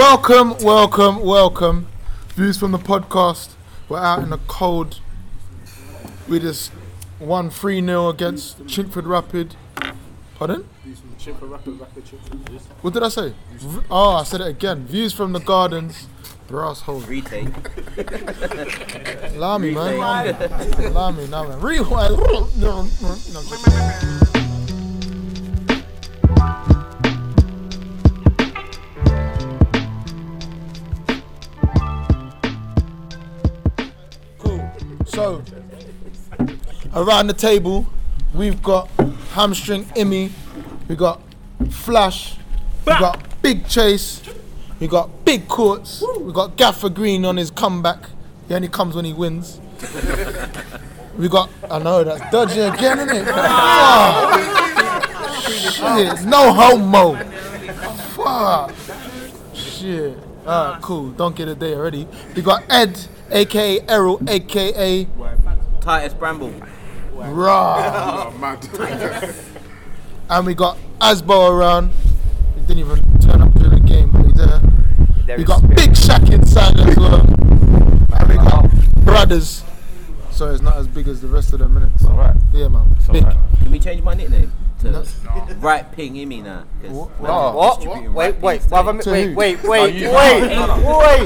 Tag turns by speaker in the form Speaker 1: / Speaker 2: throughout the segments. Speaker 1: Welcome, welcome, welcome. Views from the podcast. We're out in the cold. We just won 3 0 against Chinkford Rapid. Pardon?
Speaker 2: Chimper rapid rapid chimper.
Speaker 1: What did I say? V- Oh, I said it again. Views from the gardens. Brass hole.
Speaker 3: Retake.
Speaker 1: Allow me, man. Allow me, now, man. Rewind. No, I'm joking. Cool. So, around the table, we've got hamstring Immy, we got Flash, we got Big Chase, we got Big Courts, we got Gaffer Green on his comeback. He only comes when he wins. we got, I know that's dodgy again, isn't it? Shit, no homo. Fuck. Shit. Alright, cool. Don't get a day already. We got Ed, aka Errol, aka
Speaker 3: Titus Bramble.
Speaker 1: Raw.
Speaker 4: mad.
Speaker 1: And we got Asbo around. He didn't even turn up during the game, but he's there.
Speaker 3: There
Speaker 1: We
Speaker 3: is
Speaker 1: got
Speaker 3: spirit.
Speaker 1: Big Shaq inside as well. And we got Brothers. So it's not as big as the rest of the minutes.
Speaker 5: Alright.
Speaker 1: Yeah, man. Big.
Speaker 5: alright.
Speaker 3: Can we change my nickname to Right Ping Immy now? 'Cause
Speaker 1: Wha-
Speaker 3: man, I'm
Speaker 6: What?
Speaker 3: distributing
Speaker 6: Wait,
Speaker 3: right
Speaker 6: wait,
Speaker 3: pings
Speaker 6: wait,
Speaker 1: To
Speaker 6: wait,
Speaker 1: who?
Speaker 6: wait,
Speaker 5: Are
Speaker 6: wait,
Speaker 5: you-
Speaker 6: wait,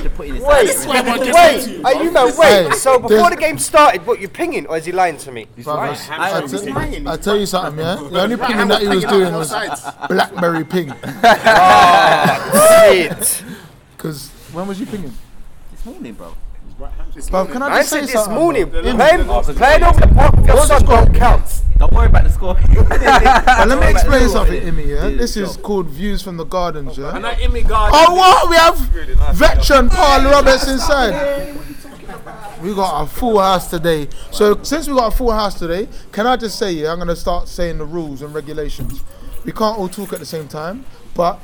Speaker 3: To
Speaker 6: wait,
Speaker 3: put it in
Speaker 6: wait,
Speaker 3: the
Speaker 6: wait. Are you no
Speaker 1: Hey,
Speaker 6: wait? So
Speaker 1: there's-
Speaker 6: before the game started, what you pinging, or is he lying to me?
Speaker 1: Brothers.
Speaker 3: I-
Speaker 1: I,
Speaker 3: I'm
Speaker 1: tell-
Speaker 4: lying.
Speaker 1: I tell you something, yeah. The only pinging that he was doing was Blackberry ping.
Speaker 6: Shit.
Speaker 1: Because when was you pinging?
Speaker 3: this morning, bro.
Speaker 1: Bro, can I
Speaker 6: I
Speaker 1: just say
Speaker 6: said this
Speaker 1: something?
Speaker 6: morning,
Speaker 1: bro?
Speaker 6: playing playing over the park with your
Speaker 1: What's the
Speaker 6: son
Speaker 1: score?
Speaker 6: don't count.
Speaker 3: Don't worry about the score.
Speaker 1: But let me explain something, Imi. Yeah,
Speaker 3: Do
Speaker 1: this
Speaker 3: the
Speaker 1: is
Speaker 3: job.
Speaker 1: called Views from the Gardens. Yeah.
Speaker 2: And that Immy guard.
Speaker 1: Oh what? We have veteran Paul Roberts inside. We got a full house today. So since we got a full house today, can I just say yeah, I'm gonna start saying the rules and regulations. We can't all talk at the same time, but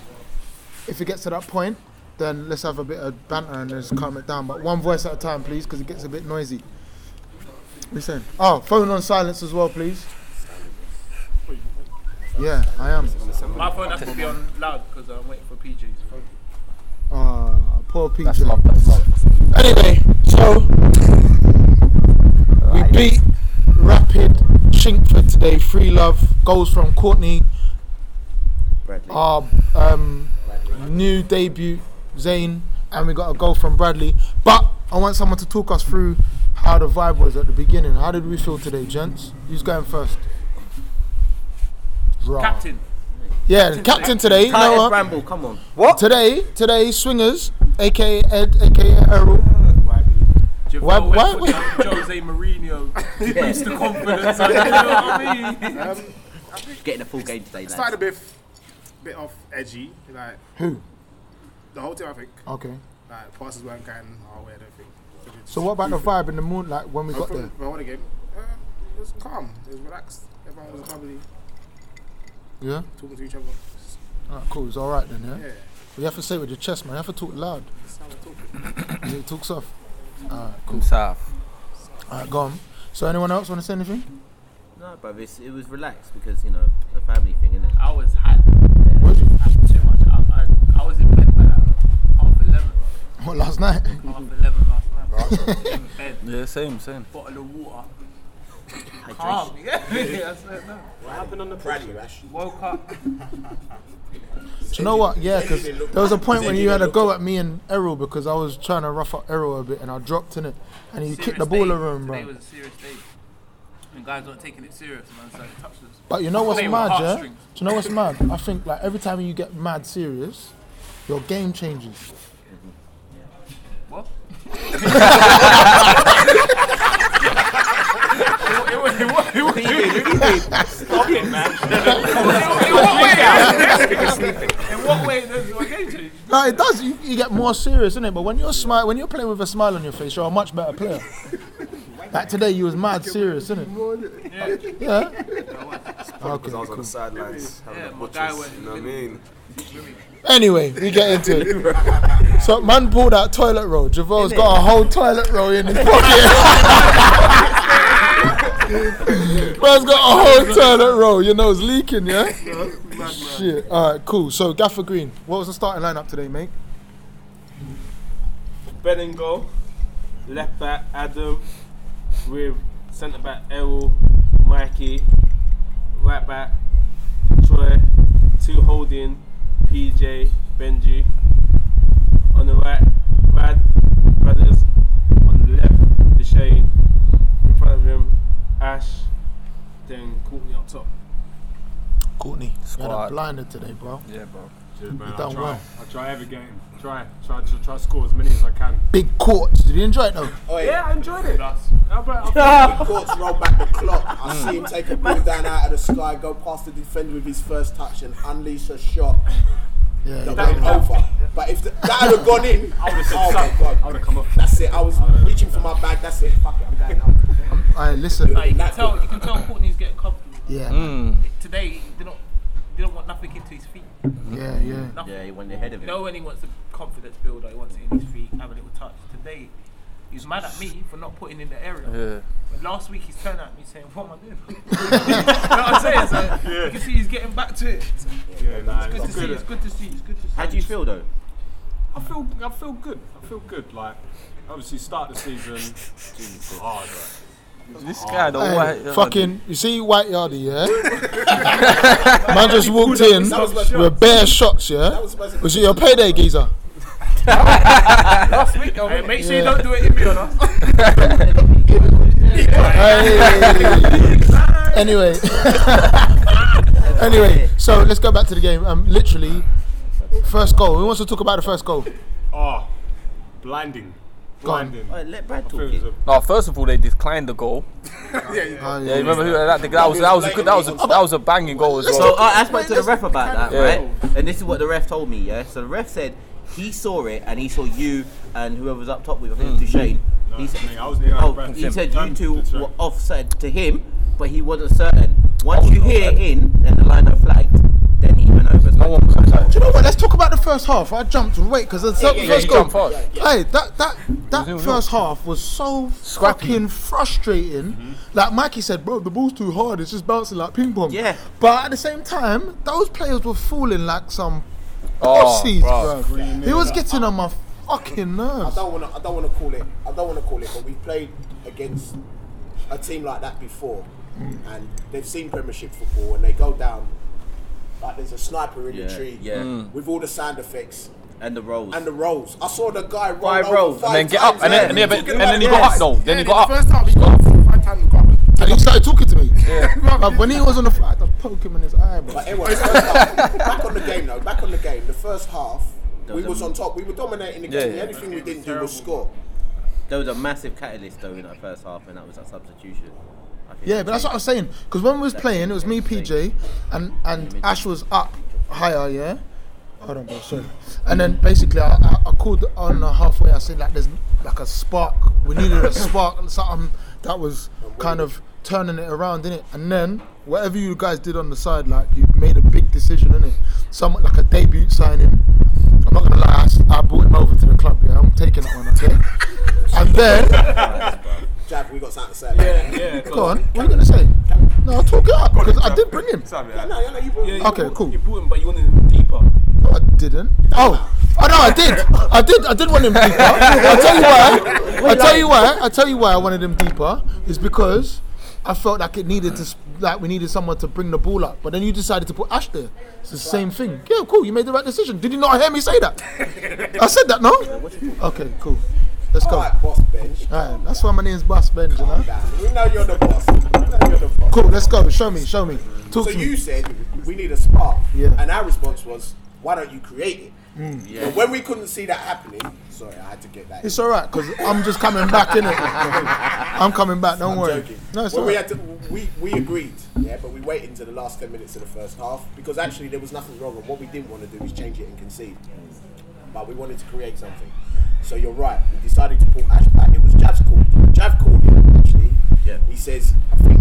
Speaker 1: if it gets to that point, then let's have a bit of banter and let's calm it down. But one voice at a time, please, because it gets a bit noisy. Listen. Oh, phone on silence as well, please. Yeah, I am.
Speaker 2: My phone has to be on loud because I'm waiting for PJs.
Speaker 1: Uh, poor PJ.
Speaker 5: That's love, that's love.
Speaker 1: Anyway, so we beat Rapid Chinkford today. Free love goals from Courtney,
Speaker 3: Bradley.
Speaker 1: our um, new debut Zane, and we got a goal from Bradley. But I want someone to talk us through how the vibe was at the beginning. How did we feel today, gents? Who's going first? Rah.
Speaker 2: Captain.
Speaker 1: Yeah, the captain today. You know
Speaker 3: Titus
Speaker 1: what?
Speaker 3: Bramble, come on.
Speaker 1: Oh.
Speaker 6: What?
Speaker 1: Today, today, swingers, aka Ed, aka Errol.
Speaker 2: Javale
Speaker 1: Why-
Speaker 2: went
Speaker 1: why
Speaker 2: for
Speaker 1: would-
Speaker 2: Jose Mourinho to boost the confidence. and, you know what I mean?
Speaker 3: Getting a full game today, lads.
Speaker 4: Started a bit, bit off edgy. Like who? The whole team, I think.
Speaker 1: Okay.
Speaker 4: Like passes weren't going our way. I don't think.
Speaker 1: So what about the vibe in the moon, like when we got there?
Speaker 4: The whole game. Uh, it was calm. It was relaxed. Everyone was bubbly,
Speaker 1: Yeah.
Speaker 4: talking to each other. Just,
Speaker 1: Alright, cool. It's all right then. Yeah?
Speaker 4: Yeah,
Speaker 1: You have to say it with your chest, man. You have to talk loud.
Speaker 4: that's how we talk.
Speaker 1: You talk soft. Alright, cool.
Speaker 5: From South.
Speaker 1: Alright, go on. So anyone else want to say anything?
Speaker 3: No, bruv, it's, it was relaxed because, you know, the family thing, innit?
Speaker 2: I was hot.
Speaker 1: What you?
Speaker 2: I had too much. I, I, I was in bed by like half 11.
Speaker 1: What last night?
Speaker 2: Half 11 last night. in bed,
Speaker 5: Yeah, same, same.
Speaker 2: bottle of water.
Speaker 3: Hydration.
Speaker 2: Calm. Yeah, I said no. Woke up.
Speaker 1: Do you know what? Yeah, because there was a point when you had a go at me and Errol because I was trying to rough up Errol a bit and I dropped in it and he kicked the
Speaker 2: Serious
Speaker 1: ball
Speaker 2: day.
Speaker 1: around,
Speaker 2: Today
Speaker 1: bro.
Speaker 2: was a serious day. And guys weren't taking it serious, man. So it touched us.
Speaker 1: But you know what's
Speaker 2: Playing with
Speaker 1: mad, yeah? Do
Speaker 2: heartstrings.
Speaker 1: you know what's mad? I think like every time you get mad serious, your game changes.
Speaker 2: What? it, wa- it, wa- it, wa- it, wa- in what way does your game change?
Speaker 1: No, it does. You, you get more serious, innit? But when you're smile, when you're playing with a smile on your face, you're a much better player. Like today, you was mad serious, innit? Yeah. Okay.
Speaker 7: I was on the sidelines having
Speaker 2: Yeah,
Speaker 7: a
Speaker 2: my guy
Speaker 7: butchers,
Speaker 2: went-
Speaker 7: You know what I mean?
Speaker 1: Anyway, we get into it. So man pulled out toilet roll. Javel's got a whole toilet roll in his pocket. Man's got a whole toilet roll. Your nose leaking, yeah? Shit. All right, cool. So Gaffer Green, what was the starting lineup today, mate?
Speaker 8: Benningo, left back Adam, with centre back Errol, Mikey, right back Troy, two holding, PJ, Benji. On the right, Brad, Brothers. On the left, Deshane. In front of him, Ash. Then Courtney up top.
Speaker 1: Courtney, you had
Speaker 6: Squad.
Speaker 1: a blinder today, bro.
Speaker 9: Yeah, bro.
Speaker 1: You done well.
Speaker 10: I try every game. Try, try, try, try to score as many as I can.
Speaker 1: Big courts. Did you enjoy it though?
Speaker 8: Yeah, I enjoyed it.
Speaker 10: That's
Speaker 8: I- I-
Speaker 4: Courts roll back the clock. I see him take a ball down out of the sky, go past the defender with his first touch, and unleash a shot
Speaker 1: Yeah. you
Speaker 4: that
Speaker 1: done
Speaker 4: went
Speaker 1: well.
Speaker 4: over. But if the, that had gone in, I
Speaker 10: would've said
Speaker 4: oh my
Speaker 10: something. I
Speaker 4: god,
Speaker 10: would've come off.
Speaker 4: that's it. I was reaching for my bag. That's it. Fuck it, I'm going now.
Speaker 1: Aye, listen.
Speaker 2: Like, you can
Speaker 4: That-
Speaker 2: tell, you can tell Courtney's getting comfortable.
Speaker 1: Yeah.
Speaker 2: Today, he didn't, he didn't want nothing into his feet.
Speaker 1: Yeah. Yeah.
Speaker 2: Nothing.
Speaker 3: Yeah, he went ahead of
Speaker 2: You
Speaker 3: it.
Speaker 2: know when he wants a confidence builder, he wants it in his feet, have a little touch. Today, he's mad at me for not putting in the area.
Speaker 9: Yeah.
Speaker 2: But last week, he's turned at me saying, "What am I doing?" you know what I'm saying? So you can see he's getting back to it. So
Speaker 10: yeah, nah,
Speaker 2: it's good to see. It's good to see. It's good to see.
Speaker 3: How do you feel though?
Speaker 10: I feel, I feel good. I feel good. Like, obviously, start the season it's hard. Right?
Speaker 9: This guy, the uh,
Speaker 1: Hey,
Speaker 9: white.
Speaker 1: fucking, you see White Yardie, yeah? Man just walked in with bare shots, yeah? Was it your payday, geezer?
Speaker 2: Hey, make sure you don't do it in me on us.
Speaker 1: Hey. anyway, anyway, so let's go back to the game. Um, literally, first goal. Who wants to talk about the first goal?
Speaker 10: Oh, blinding.
Speaker 1: on.
Speaker 10: Blinding.
Speaker 3: Alright, let Brad
Speaker 10: It
Speaker 3: talk.
Speaker 10: was
Speaker 3: It.
Speaker 10: a-
Speaker 9: No, first of all, they declined the goal.
Speaker 1: Oh,
Speaker 9: Yeah, you remember who that? That was that was a good. That was a, that was a banging goal as
Speaker 3: So
Speaker 9: well.
Speaker 3: I I spoke to the ref about that,
Speaker 9: Yeah.
Speaker 3: right? And this is what the ref told me, yeah? So the ref said he saw it and he saw you and whoever was up top with, I think Duchesne.
Speaker 10: No,
Speaker 3: he
Speaker 10: it's
Speaker 3: said,
Speaker 10: me. I was the
Speaker 3: oh,
Speaker 10: ref.
Speaker 3: he said
Speaker 10: Um,
Speaker 3: you two
Speaker 10: that's right.
Speaker 3: were offside to him, but he wasn't certain. Once you hear it in, then the line of flagged, then he went over.
Speaker 9: No one was
Speaker 1: Do you know what? Let's talk about the first half. I jumped right because the
Speaker 9: Yeah,
Speaker 1: first
Speaker 9: you
Speaker 1: goal.
Speaker 9: jumped fast.
Speaker 1: Hey, that that that
Speaker 9: Brazil,
Speaker 1: first half was so
Speaker 9: Scrappy. Mm-hmm.
Speaker 1: fucking frustrating. Like Mikey said, bro, the ball's too hard. It's just bouncing like ping pong.
Speaker 3: Yeah.
Speaker 1: But at the same time, those players were falling like some
Speaker 9: Oh,
Speaker 1: pussies,
Speaker 9: bruv.
Speaker 1: bro. He was getting on my fucking
Speaker 4: I
Speaker 1: nerves.
Speaker 4: don't want to. I don't want to call it. I don't want to call it. But we've played against a team like that before,
Speaker 9: Mm.
Speaker 4: and they've seen Premiership football, and they go down like there's a sniper in the
Speaker 3: Yeah,
Speaker 4: tree.
Speaker 3: yeah. Mm.
Speaker 4: With all the sound effects
Speaker 3: And the rolls.
Speaker 4: and the rolls. I saw the guy roll
Speaker 3: Five
Speaker 4: over
Speaker 3: rolls, and
Speaker 4: five
Speaker 9: And then get
Speaker 4: times,
Speaker 9: up, and then and then, but- and then he got up though. Then he got up.
Speaker 11: First time he got up, five times he got up.
Speaker 1: And he started talking to me. But when he was on the flight, I poked him in his eye, bro.
Speaker 4: But anyway, first half, back on the game though. Back on the game. The first half, we was on top. We were dominating the game.
Speaker 9: yeah.
Speaker 4: the only thing we didn't do was score.
Speaker 3: There was a massive catalyst though in that first half, and that was that substitution. I think
Speaker 1: Yeah, but that's what I'm saying. Because when we was playing, it was me, PJ, and and Ash was up higher, yeah. Hold on, bro. Sorry. And then basically, I, I, I called on the halfway. I said like, there's like a spark. We needed a spark and something that was kind of turning it around, innit? And then whatever you guys did on the side, like you made a big decision, innit? Some like a debut signing. I'm not gonna lie, I s- I, brought him over to the club. Yeah, I'm taking that one. Okay. and then,
Speaker 4: Jav, we got something to say. About yeah.
Speaker 10: Yeah, so-
Speaker 1: go on. What are you gonna say? No, talk it up because I did bring him.
Speaker 4: No, no, no, you brought
Speaker 10: Yeah,
Speaker 1: Okay,
Speaker 10: you bought-
Speaker 1: cool.
Speaker 10: You bought him, but you wanted him deeper.
Speaker 1: No, I didn't. Oh. Oh no, I did. I did. I did want him deeper. I'll tell you why. I'll tell you why. I'll tell you why I wanted him deeper is because I felt like it needed to, s- like we needed someone to bring the ball up. But then you decided to put Ash there. It's the same thing. Yeah, cool. You made the right decision. Did you not hear me say that? I said that, no? Okay, cool. Let's go.
Speaker 4: All right, boss bench.
Speaker 1: Alright, that's why my name's Boss Benj, you know?
Speaker 4: We know you're the boss. We know you're the boss.
Speaker 1: Cool, let's go. Show me, show me. Talk
Speaker 4: So
Speaker 1: to me.
Speaker 4: you said we need a spark,
Speaker 1: Yeah. Hmm.
Speaker 4: and our response was, "Why don't you create it?" But when we couldn't see that happening, sorry, I had to get that. in.
Speaker 1: It's alright, because I'm just coming back, innit? I'm coming back, don't
Speaker 4: I'm
Speaker 1: worry.
Speaker 4: joking.
Speaker 1: No, it's
Speaker 4: Well, we
Speaker 1: alright.
Speaker 4: had to. We we agreed, yeah, but we waited until the last ten minutes of the first half because actually there was nothing wrong, and what we didn't want to do is change it and concede, but we wanted to create something. So you're right. We decided to pull Ash back. It was Jav's call. Jav called him actually.
Speaker 3: Yeah.
Speaker 4: He says, I think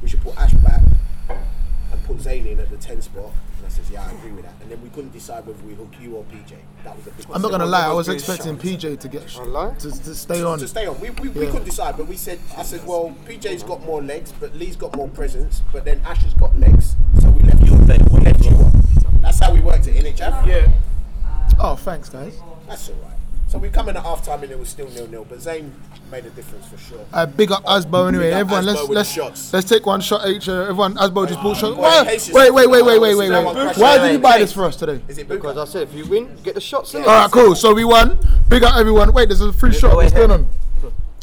Speaker 4: we should put Ash back and put Zane in at the ten spot. And I says, Yeah, I agree with that. And then we couldn't decide whether we hook you or PJ. That was a big.
Speaker 1: I'm not gonna lie, I was
Speaker 4: Really
Speaker 1: expecting
Speaker 4: shocked
Speaker 1: PJ to get sh-
Speaker 6: lie?
Speaker 1: to, to stay
Speaker 4: to-
Speaker 1: on.
Speaker 4: To stay on. We, we, we
Speaker 1: Yeah.
Speaker 4: couldn't decide, but we said, I said, well, PJ's got more legs, but Lee's got more presence, but then Ash has got legs, so we left you on. We left you on. That's how we worked at NHF.
Speaker 1: Oh, thanks, guys.
Speaker 4: That's all right. So we come in at half time and it was still nil nil, but Zayn made a difference for sure.
Speaker 1: Uh, big up Asbo anyway.
Speaker 4: Big up
Speaker 1: Everyone,
Speaker 4: Asbo
Speaker 1: let's
Speaker 4: with the
Speaker 1: let's
Speaker 4: shots.
Speaker 1: let's take one shot each. Uh, everyone, Asbo just bought shots.
Speaker 4: boy,
Speaker 1: Why-
Speaker 4: Casey's-
Speaker 1: Wait, wait, wait, wait, wait,
Speaker 4: Is
Speaker 1: wait,
Speaker 4: that
Speaker 1: wait.
Speaker 4: one
Speaker 1: Why
Speaker 4: question?
Speaker 1: did you buy this for us today?
Speaker 4: Is it
Speaker 6: Because
Speaker 4: because
Speaker 6: I said if you win, get the shots in.
Speaker 1: All right, cool. So we won. Big up everyone. Wait, there's a free shot. What's going on?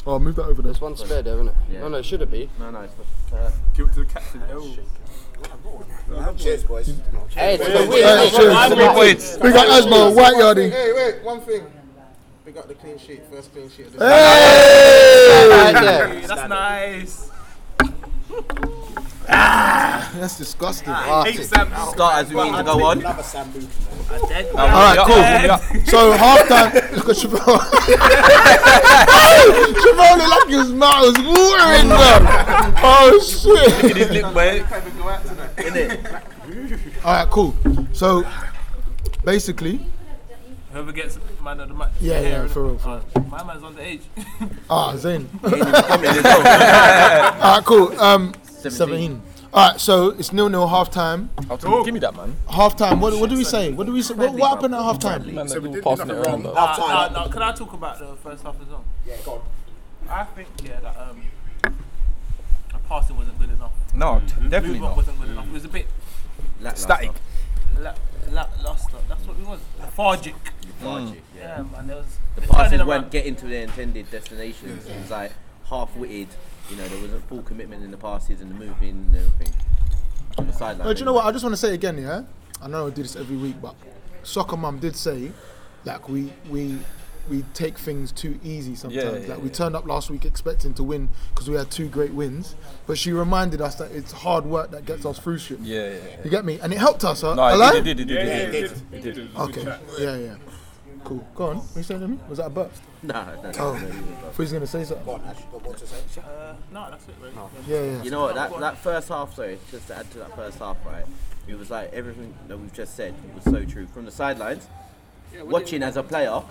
Speaker 1: Oh, move that over there.
Speaker 6: There's one spare there, isn't it? No, no, should it be?
Speaker 3: No, no, it's
Speaker 10: Give it to the captain. Errol.
Speaker 4: Cheers, boys.
Speaker 6: Hey, it's a
Speaker 1: All right,
Speaker 6: win.
Speaker 1: cheers. Big up Asbo, White Yardie.
Speaker 12: Hey, wait, one thing. We got the clean sheet, first clean sheet. Of the
Speaker 1: Hey!
Speaker 6: Right there.
Speaker 2: That's nice.
Speaker 1: That's disgusting.
Speaker 3: not. Start as we mean to go on.
Speaker 4: Another Sambuca, man.
Speaker 1: All right, cool. So half time, look at Chevrolet. Chevrolet like his mouth was watering, man. Oh shit!
Speaker 9: His lip, mate.
Speaker 1: All right, cool. So basically,
Speaker 2: Whoever gets man of the match.
Speaker 1: Yeah, yeah,
Speaker 2: innit?
Speaker 1: for real, for
Speaker 2: Uh, My man's underage.
Speaker 1: ah, Zayn. All right, cool. Um, seventeen. All right, so it's nil nil half time.
Speaker 9: I'll tell you, Oh, Give me that, man.
Speaker 1: Half time. What, what do we say? What do we say? What, what happened at half time?
Speaker 9: Man,
Speaker 11: we
Speaker 9: we're
Speaker 11: did
Speaker 9: passing it
Speaker 11: nothing
Speaker 9: around. though.
Speaker 4: Half
Speaker 2: Uh,
Speaker 4: time.
Speaker 2: no, can I talk about the first half as well?
Speaker 4: Yeah, go on.
Speaker 2: I think yeah that um, the passing wasn't good enough.
Speaker 9: No, definitely
Speaker 2: Movement
Speaker 9: not.
Speaker 2: wasn't good enough. It was a bit
Speaker 9: Static.
Speaker 2: la- lackluster. That's what it was. Lethargic. Yeah, man. There was
Speaker 3: The
Speaker 2: they're turning
Speaker 3: passes
Speaker 2: around.
Speaker 3: weren't getting to their intended destinations. It was like half-witted. You know, there wasn't full commitment in the passes and the moving and everything. On the sideline.
Speaker 1: But you know what? I just want to say again, yeah. I know I do this every week, but soccer mum did say, like we we we take things too easy sometimes.
Speaker 9: Yeah,
Speaker 1: like
Speaker 9: yeah,
Speaker 1: we turned up last week expecting to win because we had two great wins, but she reminded us that it's hard work that gets us through shit.
Speaker 9: Yeah, yeah, yeah.
Speaker 1: You get me? And it helped us, huh?
Speaker 9: No, it
Speaker 1: Hello?
Speaker 9: did, it did, it did, it did.
Speaker 1: Okay. Yeah, yeah. Cool. Go on. What you saying to me? Was that a burp?
Speaker 3: No, no, no.
Speaker 1: Oh, Freeze gonna say something.
Speaker 4: Go on, Ash. You've got more to say.
Speaker 2: Uh, no, that's it. Really.
Speaker 1: Yeah, yeah.
Speaker 3: You know what? That, that first half, sorry, just to add to that first half, right? It was like everything that we've just said was so true. From the sidelines, watching as a player,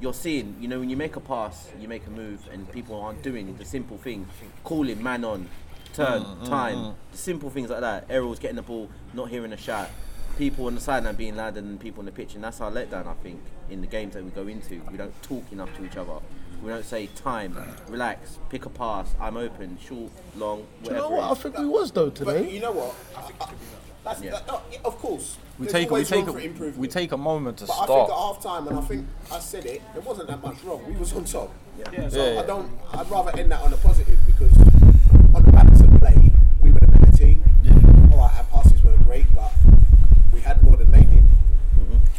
Speaker 3: you're seeing, you know, when you make a pass, you make a move, and people aren't doing the simple things calling man on, turn, time, the simple things like that. Errol's getting the ball, not hearing a shot. People on the sideline being louder than people on the pitch, and that's our letdown, I think, in the games that we go into. We don't talk enough to each other. We don't say time, relax, pick a pass, I'm open, short, long,
Speaker 1: You
Speaker 3: whatever.
Speaker 1: know
Speaker 3: it
Speaker 1: what? I
Speaker 3: is.
Speaker 1: think we was though
Speaker 4: But
Speaker 1: today.
Speaker 4: you know what? I- I- That's,
Speaker 3: Yeah.
Speaker 4: that, no, yeah, of course.
Speaker 9: We
Speaker 4: There's
Speaker 9: take, we
Speaker 4: always room
Speaker 9: take,
Speaker 4: for
Speaker 9: a, we
Speaker 4: improvement.
Speaker 9: take a moment to
Speaker 4: But I think at
Speaker 9: start.
Speaker 4: half time, and I think I said it, there wasn't that much wrong. We was on top.
Speaker 2: Yeah,
Speaker 4: So
Speaker 9: yeah.
Speaker 4: I don't. I'd rather end that on a positive because on the balance of play, we were the better team. All right, our passes were great, but we had more than they did.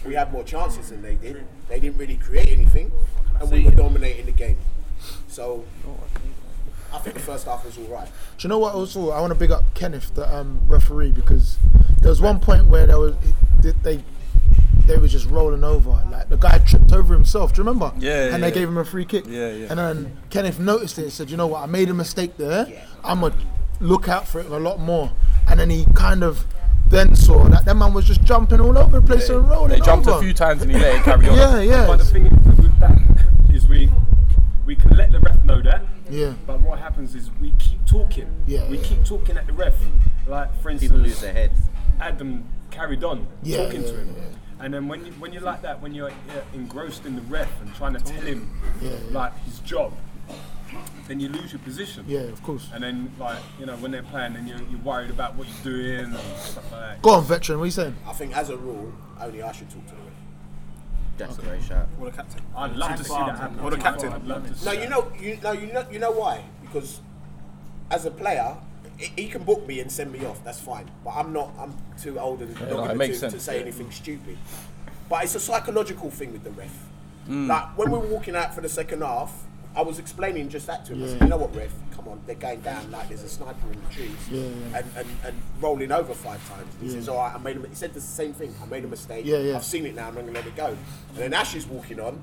Speaker 4: We had more chances than they did. They didn't really create anything, and we were dominating the game. So I think the first half was all right.
Speaker 1: Do you know what? Also, I want to big up Kenneth, the um, referee, because there was one point where there was they they, they were just rolling over. Like the guy tripped over himself. Do you remember?
Speaker 9: Yeah, yeah,
Speaker 1: And they
Speaker 9: yeah.
Speaker 1: gave him a free kick.
Speaker 9: Yeah, yeah.
Speaker 1: And then Kenneth noticed it and said, "You know what? I made a mistake there. I'm gonna look out for it a lot more." And then he kind of then saw that that man was just jumping all over the place and rolling.
Speaker 9: They jumped
Speaker 1: over.
Speaker 9: a few times and he let it carry on.
Speaker 1: Yeah, yeah,
Speaker 10: But the thing is with that is we we can let the ref know that.
Speaker 1: Yeah.
Speaker 10: But what happens is we keep talking.
Speaker 1: Yeah. Mm.
Speaker 10: We keep talking at the ref. Like for
Speaker 3: People lose
Speaker 10: instance,
Speaker 3: their heads.
Speaker 10: Adam carried on
Speaker 1: Yeah,
Speaker 10: talking
Speaker 1: yeah,
Speaker 10: to him. And then when you when you're like that, when you're uh, engrossed in the ref and trying to tell him
Speaker 1: Yeah, yeah.
Speaker 10: like his job, then you lose your position.
Speaker 1: yeah, of course.
Speaker 10: And then like you know when they're playing, then you're, you're worried about what you're doing and stuff like that.
Speaker 1: Go on, veteran. What are you saying?
Speaker 4: I think as a rule, only I should talk to the ref.
Speaker 3: That's a great shot.
Speaker 11: Or the captain.
Speaker 10: I'd love to see that happen.
Speaker 11: Or the captain.
Speaker 10: I'd love to see
Speaker 4: No,
Speaker 10: that.
Speaker 4: you know, you know, you know, you know why? Because as a player, he- he can book me and send me off. That's fine. But I'm not. I'm too old and
Speaker 9: no,
Speaker 4: not
Speaker 9: it
Speaker 4: going
Speaker 9: makes
Speaker 4: to, to
Speaker 9: sense,
Speaker 4: say
Speaker 9: yeah.
Speaker 4: anything stupid. But it's a psychological thing with the ref.
Speaker 1: Mm.
Speaker 4: Like when we were walking out for the second half, I was explaining just that to him. I said, "You know what, ref? Come on, they're going down like there's a sniper in the trees And, and and rolling over five times." He says, "All right, I made a." mi-" He said the same thing. I made a mistake.
Speaker 1: Yeah, yeah.
Speaker 4: I've seen it now. I'm not going to let it go. And then Ash is walking on.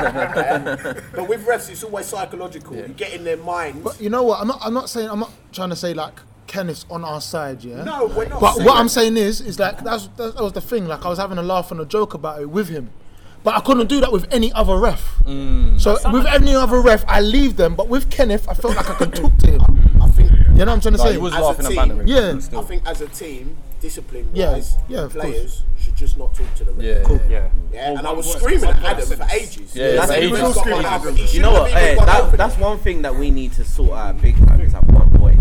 Speaker 4: But with refs, it's always psychological. You get in their mind.
Speaker 1: But you know what? I'm not. I'm not saying. I'm not trying to say like Kenneth's on our side. Yeah.
Speaker 4: No, we're not.
Speaker 1: But
Speaker 4: saying
Speaker 1: what
Speaker 4: that.
Speaker 1: I'm saying is, is like that's that was the thing. Like I was having a laugh and a joke about it with him, but I couldn't do that with any other ref. So with any other ref, I leave them. But with Kenneth, I felt like I could talk to him.
Speaker 4: I think,
Speaker 1: You know what I'm trying to
Speaker 9: No,
Speaker 1: say?
Speaker 9: he was
Speaker 4: As a
Speaker 9: laughing and
Speaker 4: team-
Speaker 9: bantering.
Speaker 1: Yeah.
Speaker 4: I think as a team, discipline
Speaker 1: Yeah,
Speaker 4: wise,
Speaker 1: yeah, of
Speaker 4: players should just not talk to the ref.
Speaker 9: Yeah, Cool. yeah.
Speaker 4: Yeah, and I
Speaker 3: Well,
Speaker 4: was
Speaker 3: one
Speaker 4: screaming
Speaker 3: person-
Speaker 4: at
Speaker 3: one
Speaker 4: Adam for
Speaker 3: person.
Speaker 4: ages.
Speaker 3: Yeah, that's
Speaker 4: he
Speaker 3: ages.
Speaker 4: was got one out. He
Speaker 3: You
Speaker 4: shouldn't
Speaker 3: know
Speaker 4: have
Speaker 3: what?
Speaker 4: even
Speaker 3: Hey,
Speaker 4: got out.
Speaker 3: that, that's one thing that we need to sort out big time. Is that one voice?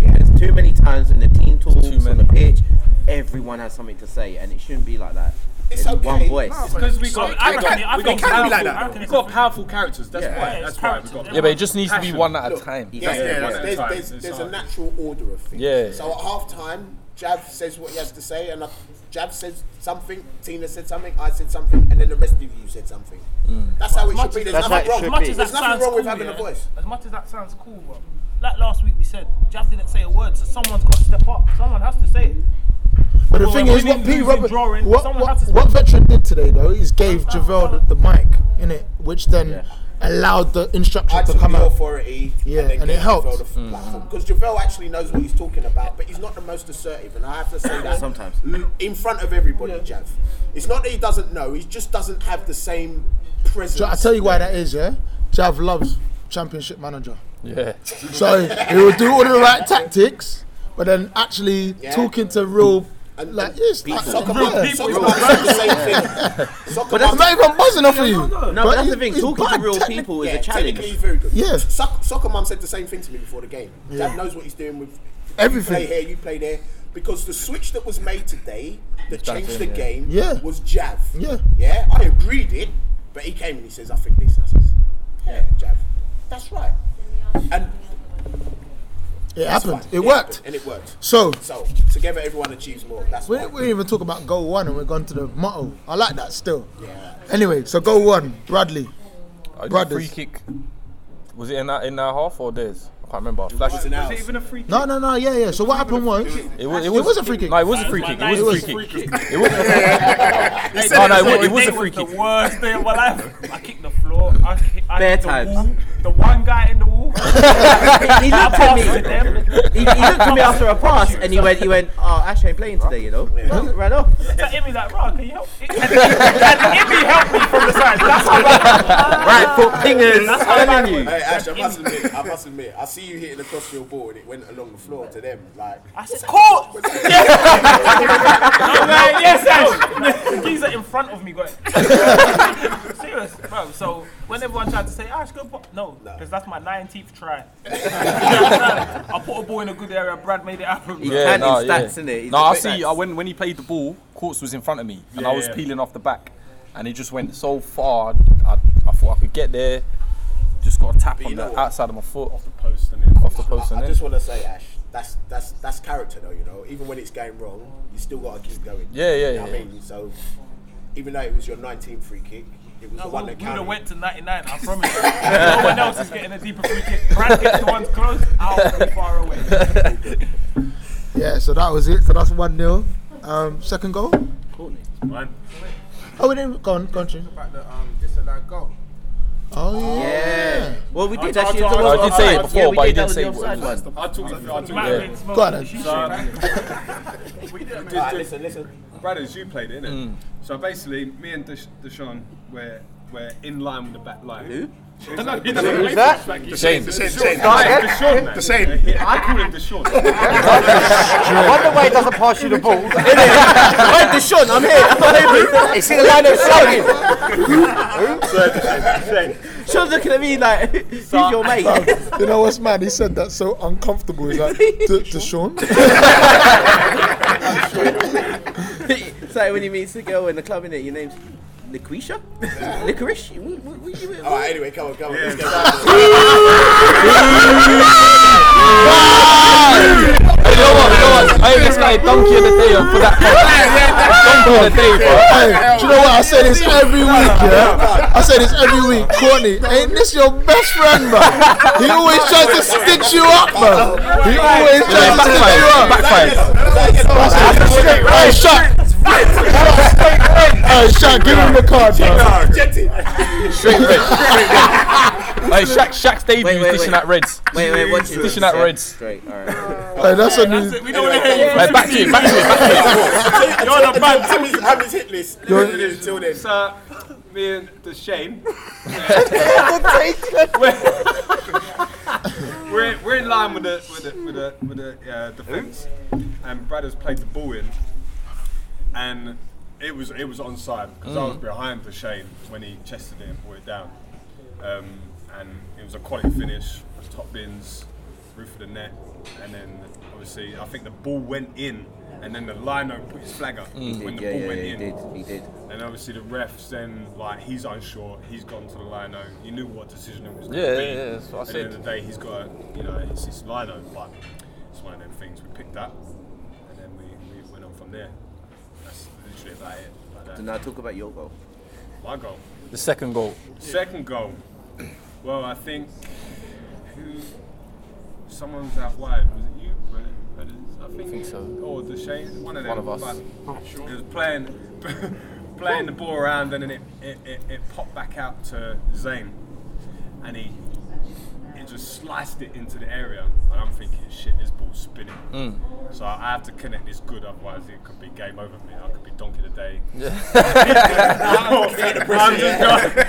Speaker 3: Yeah, there's too many times when the team talks on the pitch, everyone has something to say, and it shouldn't be like that.
Speaker 4: It's
Speaker 3: one
Speaker 4: okay.
Speaker 3: voice.
Speaker 4: No, but Because
Speaker 10: we got, I reckon, we got powerful, We've got powerful characters. That's
Speaker 4: Yeah.
Speaker 10: why. That's why we got.
Speaker 9: Yeah, but it just needs to be
Speaker 10: passion.
Speaker 9: one at a
Speaker 4: Look,
Speaker 9: time.
Speaker 4: Yeah,
Speaker 10: That's it,
Speaker 4: yeah,
Speaker 10: one at a
Speaker 4: there's,
Speaker 10: time.
Speaker 4: there's,
Speaker 10: It's
Speaker 4: there's a
Speaker 10: hard.
Speaker 4: natural order of things.
Speaker 9: Yeah.
Speaker 4: So at half time, Jav says what he has to say, and uh, Jav says something, Tina said something, I said something, and then the rest of you said something. That's how it
Speaker 2: Much
Speaker 4: should be.
Speaker 2: as-
Speaker 4: There's
Speaker 2: That's
Speaker 4: nothing
Speaker 2: how it
Speaker 4: wrong.
Speaker 2: should Much be. as that
Speaker 4: There's nothing
Speaker 2: sounds
Speaker 4: wrong with
Speaker 2: cool,
Speaker 4: having
Speaker 2: yeah.
Speaker 4: a voice.
Speaker 2: As much as that sounds cool, bro. Like last week we said, Jav didn't say a word, so someone's got to step up. Someone has to say it.
Speaker 1: But the
Speaker 2: Well,
Speaker 1: thing
Speaker 2: we're
Speaker 1: is, what
Speaker 2: winning,
Speaker 1: P.
Speaker 2: losing,
Speaker 1: Robert,
Speaker 2: drawing,
Speaker 1: what,
Speaker 2: someone
Speaker 1: what,
Speaker 2: has to
Speaker 1: what veteran did today though is gave Javel the, the mic in it, which then allowed the
Speaker 4: I
Speaker 1: instructions to
Speaker 4: took
Speaker 1: come
Speaker 4: the
Speaker 1: out.
Speaker 4: authority.
Speaker 1: Yeah, and
Speaker 4: then
Speaker 1: it
Speaker 4: gave Javel
Speaker 1: helped.
Speaker 4: the f- platform. Because Javel actually knows what he's talking about, but he's not the most assertive, and I have to say that
Speaker 3: Sometimes.
Speaker 4: l- in front of everybody, Jav. It's not that he doesn't know; he just doesn't have the same presence.
Speaker 1: So I tell you why that is, yeah. Jav loves championship manager,
Speaker 9: Yeah.
Speaker 1: so he will do all the right tactics, but then actually
Speaker 4: Yeah.
Speaker 1: talking to real. Like yes, like,
Speaker 4: Soccer
Speaker 1: real
Speaker 4: players,
Speaker 1: people.
Speaker 4: soccer players do the same thing. Soccer
Speaker 1: But that's
Speaker 4: players-
Speaker 1: not even buzzing off of you. No,
Speaker 3: No, but that's the thing. Talking to real people is
Speaker 4: Yeah,
Speaker 3: a challenge.
Speaker 4: technically he's very good.
Speaker 1: Yeah.
Speaker 4: Soc- soccer mum said the same thing to me before the game. Dad knows what he's doing with
Speaker 1: Everything.
Speaker 4: You play here, you play there. Because the switch that was made today that changed the game
Speaker 1: Yeah.
Speaker 4: was Jav.
Speaker 1: Yeah.
Speaker 4: Yeah, I agreed it, but he came and he says, I think this, I says, yeah, Jav. That's right. And
Speaker 1: It
Speaker 4: that's
Speaker 1: happened.
Speaker 4: fine.
Speaker 1: It worked.
Speaker 4: happened, And it worked.
Speaker 1: So
Speaker 4: So, together everyone achieves more. That's
Speaker 1: we
Speaker 4: why.
Speaker 1: didn't, we didn't even talk about goal one, and we're going to the motto. I like that still.
Speaker 4: Yeah.
Speaker 1: Anyway, so goal one, Bradley.
Speaker 9: Uh,
Speaker 1: Brothers.
Speaker 9: Free kick. Was it in that in that half or theirs? I can't remember.
Speaker 4: It was an
Speaker 2: Is
Speaker 4: hour.
Speaker 2: it even a free kick?
Speaker 1: No, no, no. Yeah, yeah. So what happened was,
Speaker 9: It was,
Speaker 1: it was a free kick.
Speaker 9: No, it was a free kick. It was a free kick. It was
Speaker 2: Said
Speaker 9: No,
Speaker 2: it
Speaker 9: no, it
Speaker 2: was
Speaker 9: was,
Speaker 2: the
Speaker 9: it was
Speaker 2: day
Speaker 9: a free
Speaker 2: the
Speaker 9: kick.
Speaker 2: worst day of my life. I kicked the floor. I, kick, I
Speaker 3: Bare
Speaker 2: hit the
Speaker 3: times.
Speaker 2: wall. The one guy in the wall.
Speaker 3: he looked at
Speaker 2: Pass to
Speaker 3: me.
Speaker 2: them.
Speaker 3: He, he looked at me after a pass, and he went, he went, oh, Ash ain't playing today, you know. Ran off.
Speaker 2: Looked at Ibby like, bro, can you help? Can, can Ibby help me from the side? That's how bad.
Speaker 3: Right foot fingers. That's
Speaker 2: how bad it
Speaker 3: you.
Speaker 4: Hey, Ash, I must admit, I must admit, I see you hitting across your ball and it went along the floor to them. Like,
Speaker 2: I said, caught. I'm like, yes, Ash. He's in front of me going. Serious, bro. So when everyone tried to say, "Ah, Ash, go, pop. no, because that's my 19th try. I put a ball in a good area. Brad made it happen. bro.
Speaker 9: Yeah,
Speaker 3: And
Speaker 9: no,
Speaker 3: his
Speaker 9: yeah.
Speaker 3: stats, innit? He's
Speaker 9: No,
Speaker 3: a
Speaker 9: I
Speaker 3: big
Speaker 9: see.
Speaker 3: stats.
Speaker 9: I, when when he played the ball, Courts was in front of me, and I was
Speaker 10: Yeah.
Speaker 9: peeling off the back, and he just went so far. I, I thought I could get there. Just got a tap on
Speaker 4: you know
Speaker 9: the
Speaker 4: what?
Speaker 9: outside of my foot off
Speaker 10: Post and then.
Speaker 9: the post
Speaker 4: I,
Speaker 9: and
Speaker 4: I
Speaker 9: in.
Speaker 4: just want to say, Ash, that's that's that's character though. You know, even when it's going wrong, you still got to keep going.
Speaker 9: Yeah, yeah,
Speaker 4: You know what
Speaker 9: yeah.
Speaker 4: I mean, so even though it was your 19th free kick, it was
Speaker 2: No,
Speaker 4: the one
Speaker 2: we
Speaker 4: that
Speaker 2: would have
Speaker 4: counted.
Speaker 2: went to 99, I promise you. no one else is getting a deeper free kick. Brad gets the ones close, I'll be far away.
Speaker 1: yeah. So that was it. So that's one 0 um, Second goal.
Speaker 10: Mine.
Speaker 1: Oh, we didn't go on. Go on, Chin.
Speaker 12: About the um, disallowed goal.
Speaker 1: Oh yeah.
Speaker 3: Yeah. Well, we did
Speaker 10: I- I-
Speaker 3: actually.
Speaker 10: I-
Speaker 3: it was
Speaker 10: I did
Speaker 3: offside.
Speaker 9: say it before,
Speaker 3: Yeah, we
Speaker 9: but I
Speaker 3: That
Speaker 9: didn't
Speaker 3: was
Speaker 9: say
Speaker 3: the
Speaker 9: it
Speaker 3: offside
Speaker 9: was.
Speaker 3: one.
Speaker 10: I took it. I took
Speaker 2: Might have been
Speaker 10: it.
Speaker 2: smoking
Speaker 1: Go on then.
Speaker 2: shisha,
Speaker 10: So,
Speaker 2: right?
Speaker 4: Alright, listen, listen.
Speaker 10: Brothers, you played it, innit? So basically, me and Desha- Deshaun were, were in line with the back line. Who? Who's that?
Speaker 9: Shane.
Speaker 10: Deshaun, The same. I call him Deshaun.
Speaker 6: I wonder why he doesn't pass you the ball.
Speaker 3: Wait, Deshaun, I'm here. It's in the line of sight. Sean's looking at me like, who's your mate?
Speaker 1: You know what's mad? He said that so uncomfortable. He's like, to, to Sean.
Speaker 3: it's like when he meets the girl in the club, innit? Your name's Liquisha? Licorice? We- we- we- we- we-
Speaker 4: All right, anyway, come on, come on. Let's go.
Speaker 9: You know what? You know what? Hey, this guy donkey of the day uh, for that. donkey of the day, bro.
Speaker 1: Hey, do you know what? I say this every week, yeah. I say this every week. Courtney, ain't this your best friend, man? He always tries to stitch you up, man. He always tries to stitch you up. Hey, shot. Hey, shot. Give him the card, bro.
Speaker 9: Hey, Shaq, Shaq's debut
Speaker 3: Wait,
Speaker 9: is
Speaker 3: wait,
Speaker 9: dishing
Speaker 3: wait.
Speaker 9: out reds.
Speaker 3: Wait, wait, what's it?
Speaker 9: Dishing out reds.
Speaker 3: Straight, alright.
Speaker 1: Hey, that's a new.
Speaker 2: We don't want to hear
Speaker 9: Right, back to you, back to you. Back to
Speaker 4: You're the man. Timmy's Timmy's hit list. Until then.
Speaker 10: So, me and Deshaun. we're, we're in line with the with the with the, with the uh, defense, and Brad has played the ball in, and it was it was onside because I was
Speaker 3: Mm.
Speaker 9: Mhm.
Speaker 10: behind for Shane when he chested it and brought it down, um, and it was a quality finish, top bins, roof of the net, and then obviously I think the ball went in, and then the lino put his flag up
Speaker 3: Mm.
Speaker 10: when the
Speaker 3: Yeah,
Speaker 10: ball
Speaker 3: yeah,
Speaker 10: went
Speaker 3: yeah,
Speaker 10: in.
Speaker 3: he did, he did.
Speaker 10: And obviously the refs then like he's unsure. He's gone to the lino. You knew what decision it was.
Speaker 9: Yeah,
Speaker 10: gonna be.
Speaker 9: yeah, yeah, that's what I
Speaker 10: At the end
Speaker 9: said.
Speaker 10: of the day, he's got a, you know it's his lino, but it's one of them things we picked up, and then we, we went on from there. That's literally about it. Like that.
Speaker 3: So now talk about your goal.
Speaker 10: My goal.
Speaker 9: The second goal.
Speaker 10: Second goal. Well, I think who someone's out wide. Was it you? Brennan? Brennan? I think,
Speaker 9: think so.
Speaker 10: Or the Shane, one of them.
Speaker 9: One of us.
Speaker 10: but It was playing, playing the ball around, and then it, it, it, it popped back out to Zane, and he it just sliced it into the area, and I'm thinking, shit, this ball's spinning.
Speaker 9: Mm.
Speaker 10: So I have to connect this good, otherwise it could be game over for me. I could be donkey the day.
Speaker 9: Yeah.
Speaker 10: I'm just going.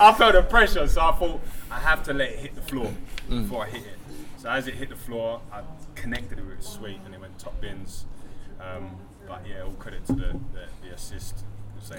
Speaker 10: I felt the pressure, so I thought I have to let it hit the floor
Speaker 9: Mm.
Speaker 10: before I hit it. So as it hit the floor, I connected it with sweet, and it went top bins. Um, but yeah, all credit to the, the, the assist.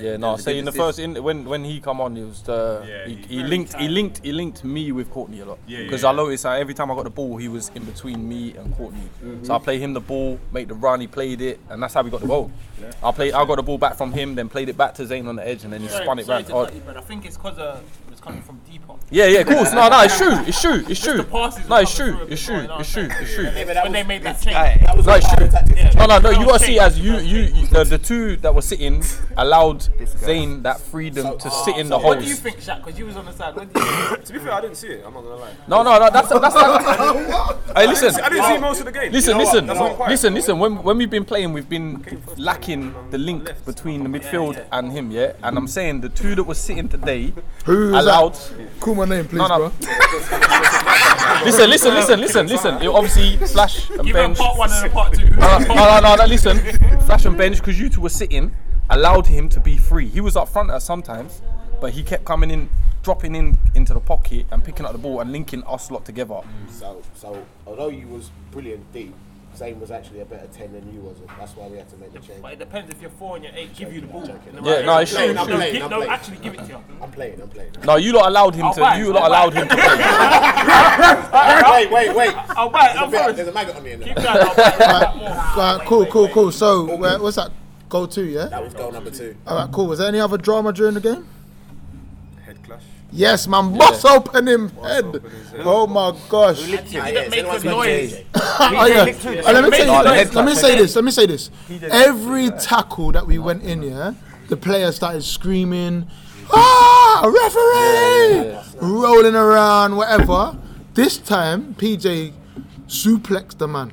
Speaker 9: Yeah, no. So in the first, in, when when he come on, he was the
Speaker 10: Yeah,
Speaker 9: he,
Speaker 10: he's
Speaker 9: he
Speaker 10: very
Speaker 9: linked he linked he linked me with Courtney a lot.
Speaker 10: Yeah, yeah,
Speaker 9: Because
Speaker 10: yeah.
Speaker 9: I noticed uh, every time I got the ball, he was in between me and Courtney.
Speaker 3: Mm-hmm.
Speaker 9: So I play him the ball, make the run. He played it, and that's how we got the goal.
Speaker 10: Yeah.
Speaker 9: I played I got the ball back from him, then played it back to Zane on the edge, and then he
Speaker 2: Sorry-
Speaker 9: spun it
Speaker 2: sorry
Speaker 9: round.
Speaker 2: to
Speaker 9: Oh,
Speaker 2: cut you, but I think it's because uh, it was coming from deeper.
Speaker 9: yeah, yeah, of course. No, no, it's true. It's true. It's
Speaker 2: Just
Speaker 9: true.
Speaker 2: the passes
Speaker 9: No,
Speaker 2: were
Speaker 9: it's
Speaker 2: coming
Speaker 9: true.
Speaker 2: through a
Speaker 9: It's
Speaker 2: bit
Speaker 9: true.
Speaker 2: more than
Speaker 9: It's
Speaker 2: ours.
Speaker 9: true. It's true.
Speaker 2: Yeah, but that When was- they made that change.
Speaker 9: No,
Speaker 2: that was
Speaker 9: it's
Speaker 2: a
Speaker 9: true.
Speaker 2: tactic. Yeah.
Speaker 9: No, no, no. You
Speaker 2: That
Speaker 9: gotta
Speaker 2: was
Speaker 9: see it as you, you, you the, the two that were sitting allowed Zane that freedom to sit in the
Speaker 2: What
Speaker 9: holes.
Speaker 2: do you think, Shaq? Because you was on the side. What do you think?
Speaker 8: to be fair, I didn't see it. I'm not gonna lie.
Speaker 9: No, no, no. That's that's.
Speaker 8: I
Speaker 9: hey,
Speaker 8: didn't
Speaker 9: listen.
Speaker 8: see- I didn't see most of the game.
Speaker 9: Listen,
Speaker 8: You know what?
Speaker 9: listen,
Speaker 8: That's why I'm quiet.
Speaker 9: listen, listen. When when we've been playing, we've been lacking the link between the midfield and him. Yeah, and I'm saying the two that were sitting today
Speaker 1: Who is
Speaker 9: allowed.
Speaker 1: that? Call my name, please, bro.
Speaker 9: Listen, listen, listen, listen, listen. You obviously flash and
Speaker 2: Give him
Speaker 9: bench.
Speaker 2: part one and a part two.
Speaker 9: No, no, no, no, no, listen. Flash and bench because you two were sitting allowed him to be free. He was up front at sometimes, but he kept coming in, dropping in into the pocket and picking up the ball and linking us lot together.
Speaker 4: So, so although you was brilliant deep, Zane was actually a better ten than you was. and That's why we had to make the change.
Speaker 2: But it depends if you're four and you're eight, give you the ball.
Speaker 9: Yeah, no, it's true,
Speaker 2: No,
Speaker 9: it's true.
Speaker 2: give- no, actually give it to you.
Speaker 4: I'm playing. I'm playing.
Speaker 9: No, you lot allowed him
Speaker 2: I'll
Speaker 9: to.
Speaker 2: buy it,
Speaker 9: You lot
Speaker 2: I'll buy
Speaker 9: allowed
Speaker 2: it.
Speaker 9: him to play.
Speaker 4: wait, wait, wait.
Speaker 2: I'll buy it.
Speaker 4: There's a
Speaker 2: I'm
Speaker 4: bit-
Speaker 2: sorry.
Speaker 4: There's a maggot on me. in there.
Speaker 1: Alright, cool, cool, cool. So, uh, what's that? Goal two, yeah?
Speaker 4: That was goal number two.
Speaker 1: Alright, cool. Was there any other drama during the game?
Speaker 8: Head clash.
Speaker 1: Yes, man. Boss open him head. Oh my gosh.
Speaker 4: Ah,
Speaker 2: didn't
Speaker 4: yeah,
Speaker 2: make
Speaker 4: so
Speaker 2: a
Speaker 4: anyone's got
Speaker 2: noise.
Speaker 4: JJ.
Speaker 1: Oh, yeah. And let me
Speaker 2: Make
Speaker 1: tell
Speaker 2: noise.
Speaker 1: you, let, let me
Speaker 2: Make
Speaker 1: say
Speaker 2: noise.
Speaker 1: this. Let me say this. Every tackle that we went in, yeah, the player started screaming, "Ah, referee!" Rolling around, whatever. This time, PJ suplexed the man.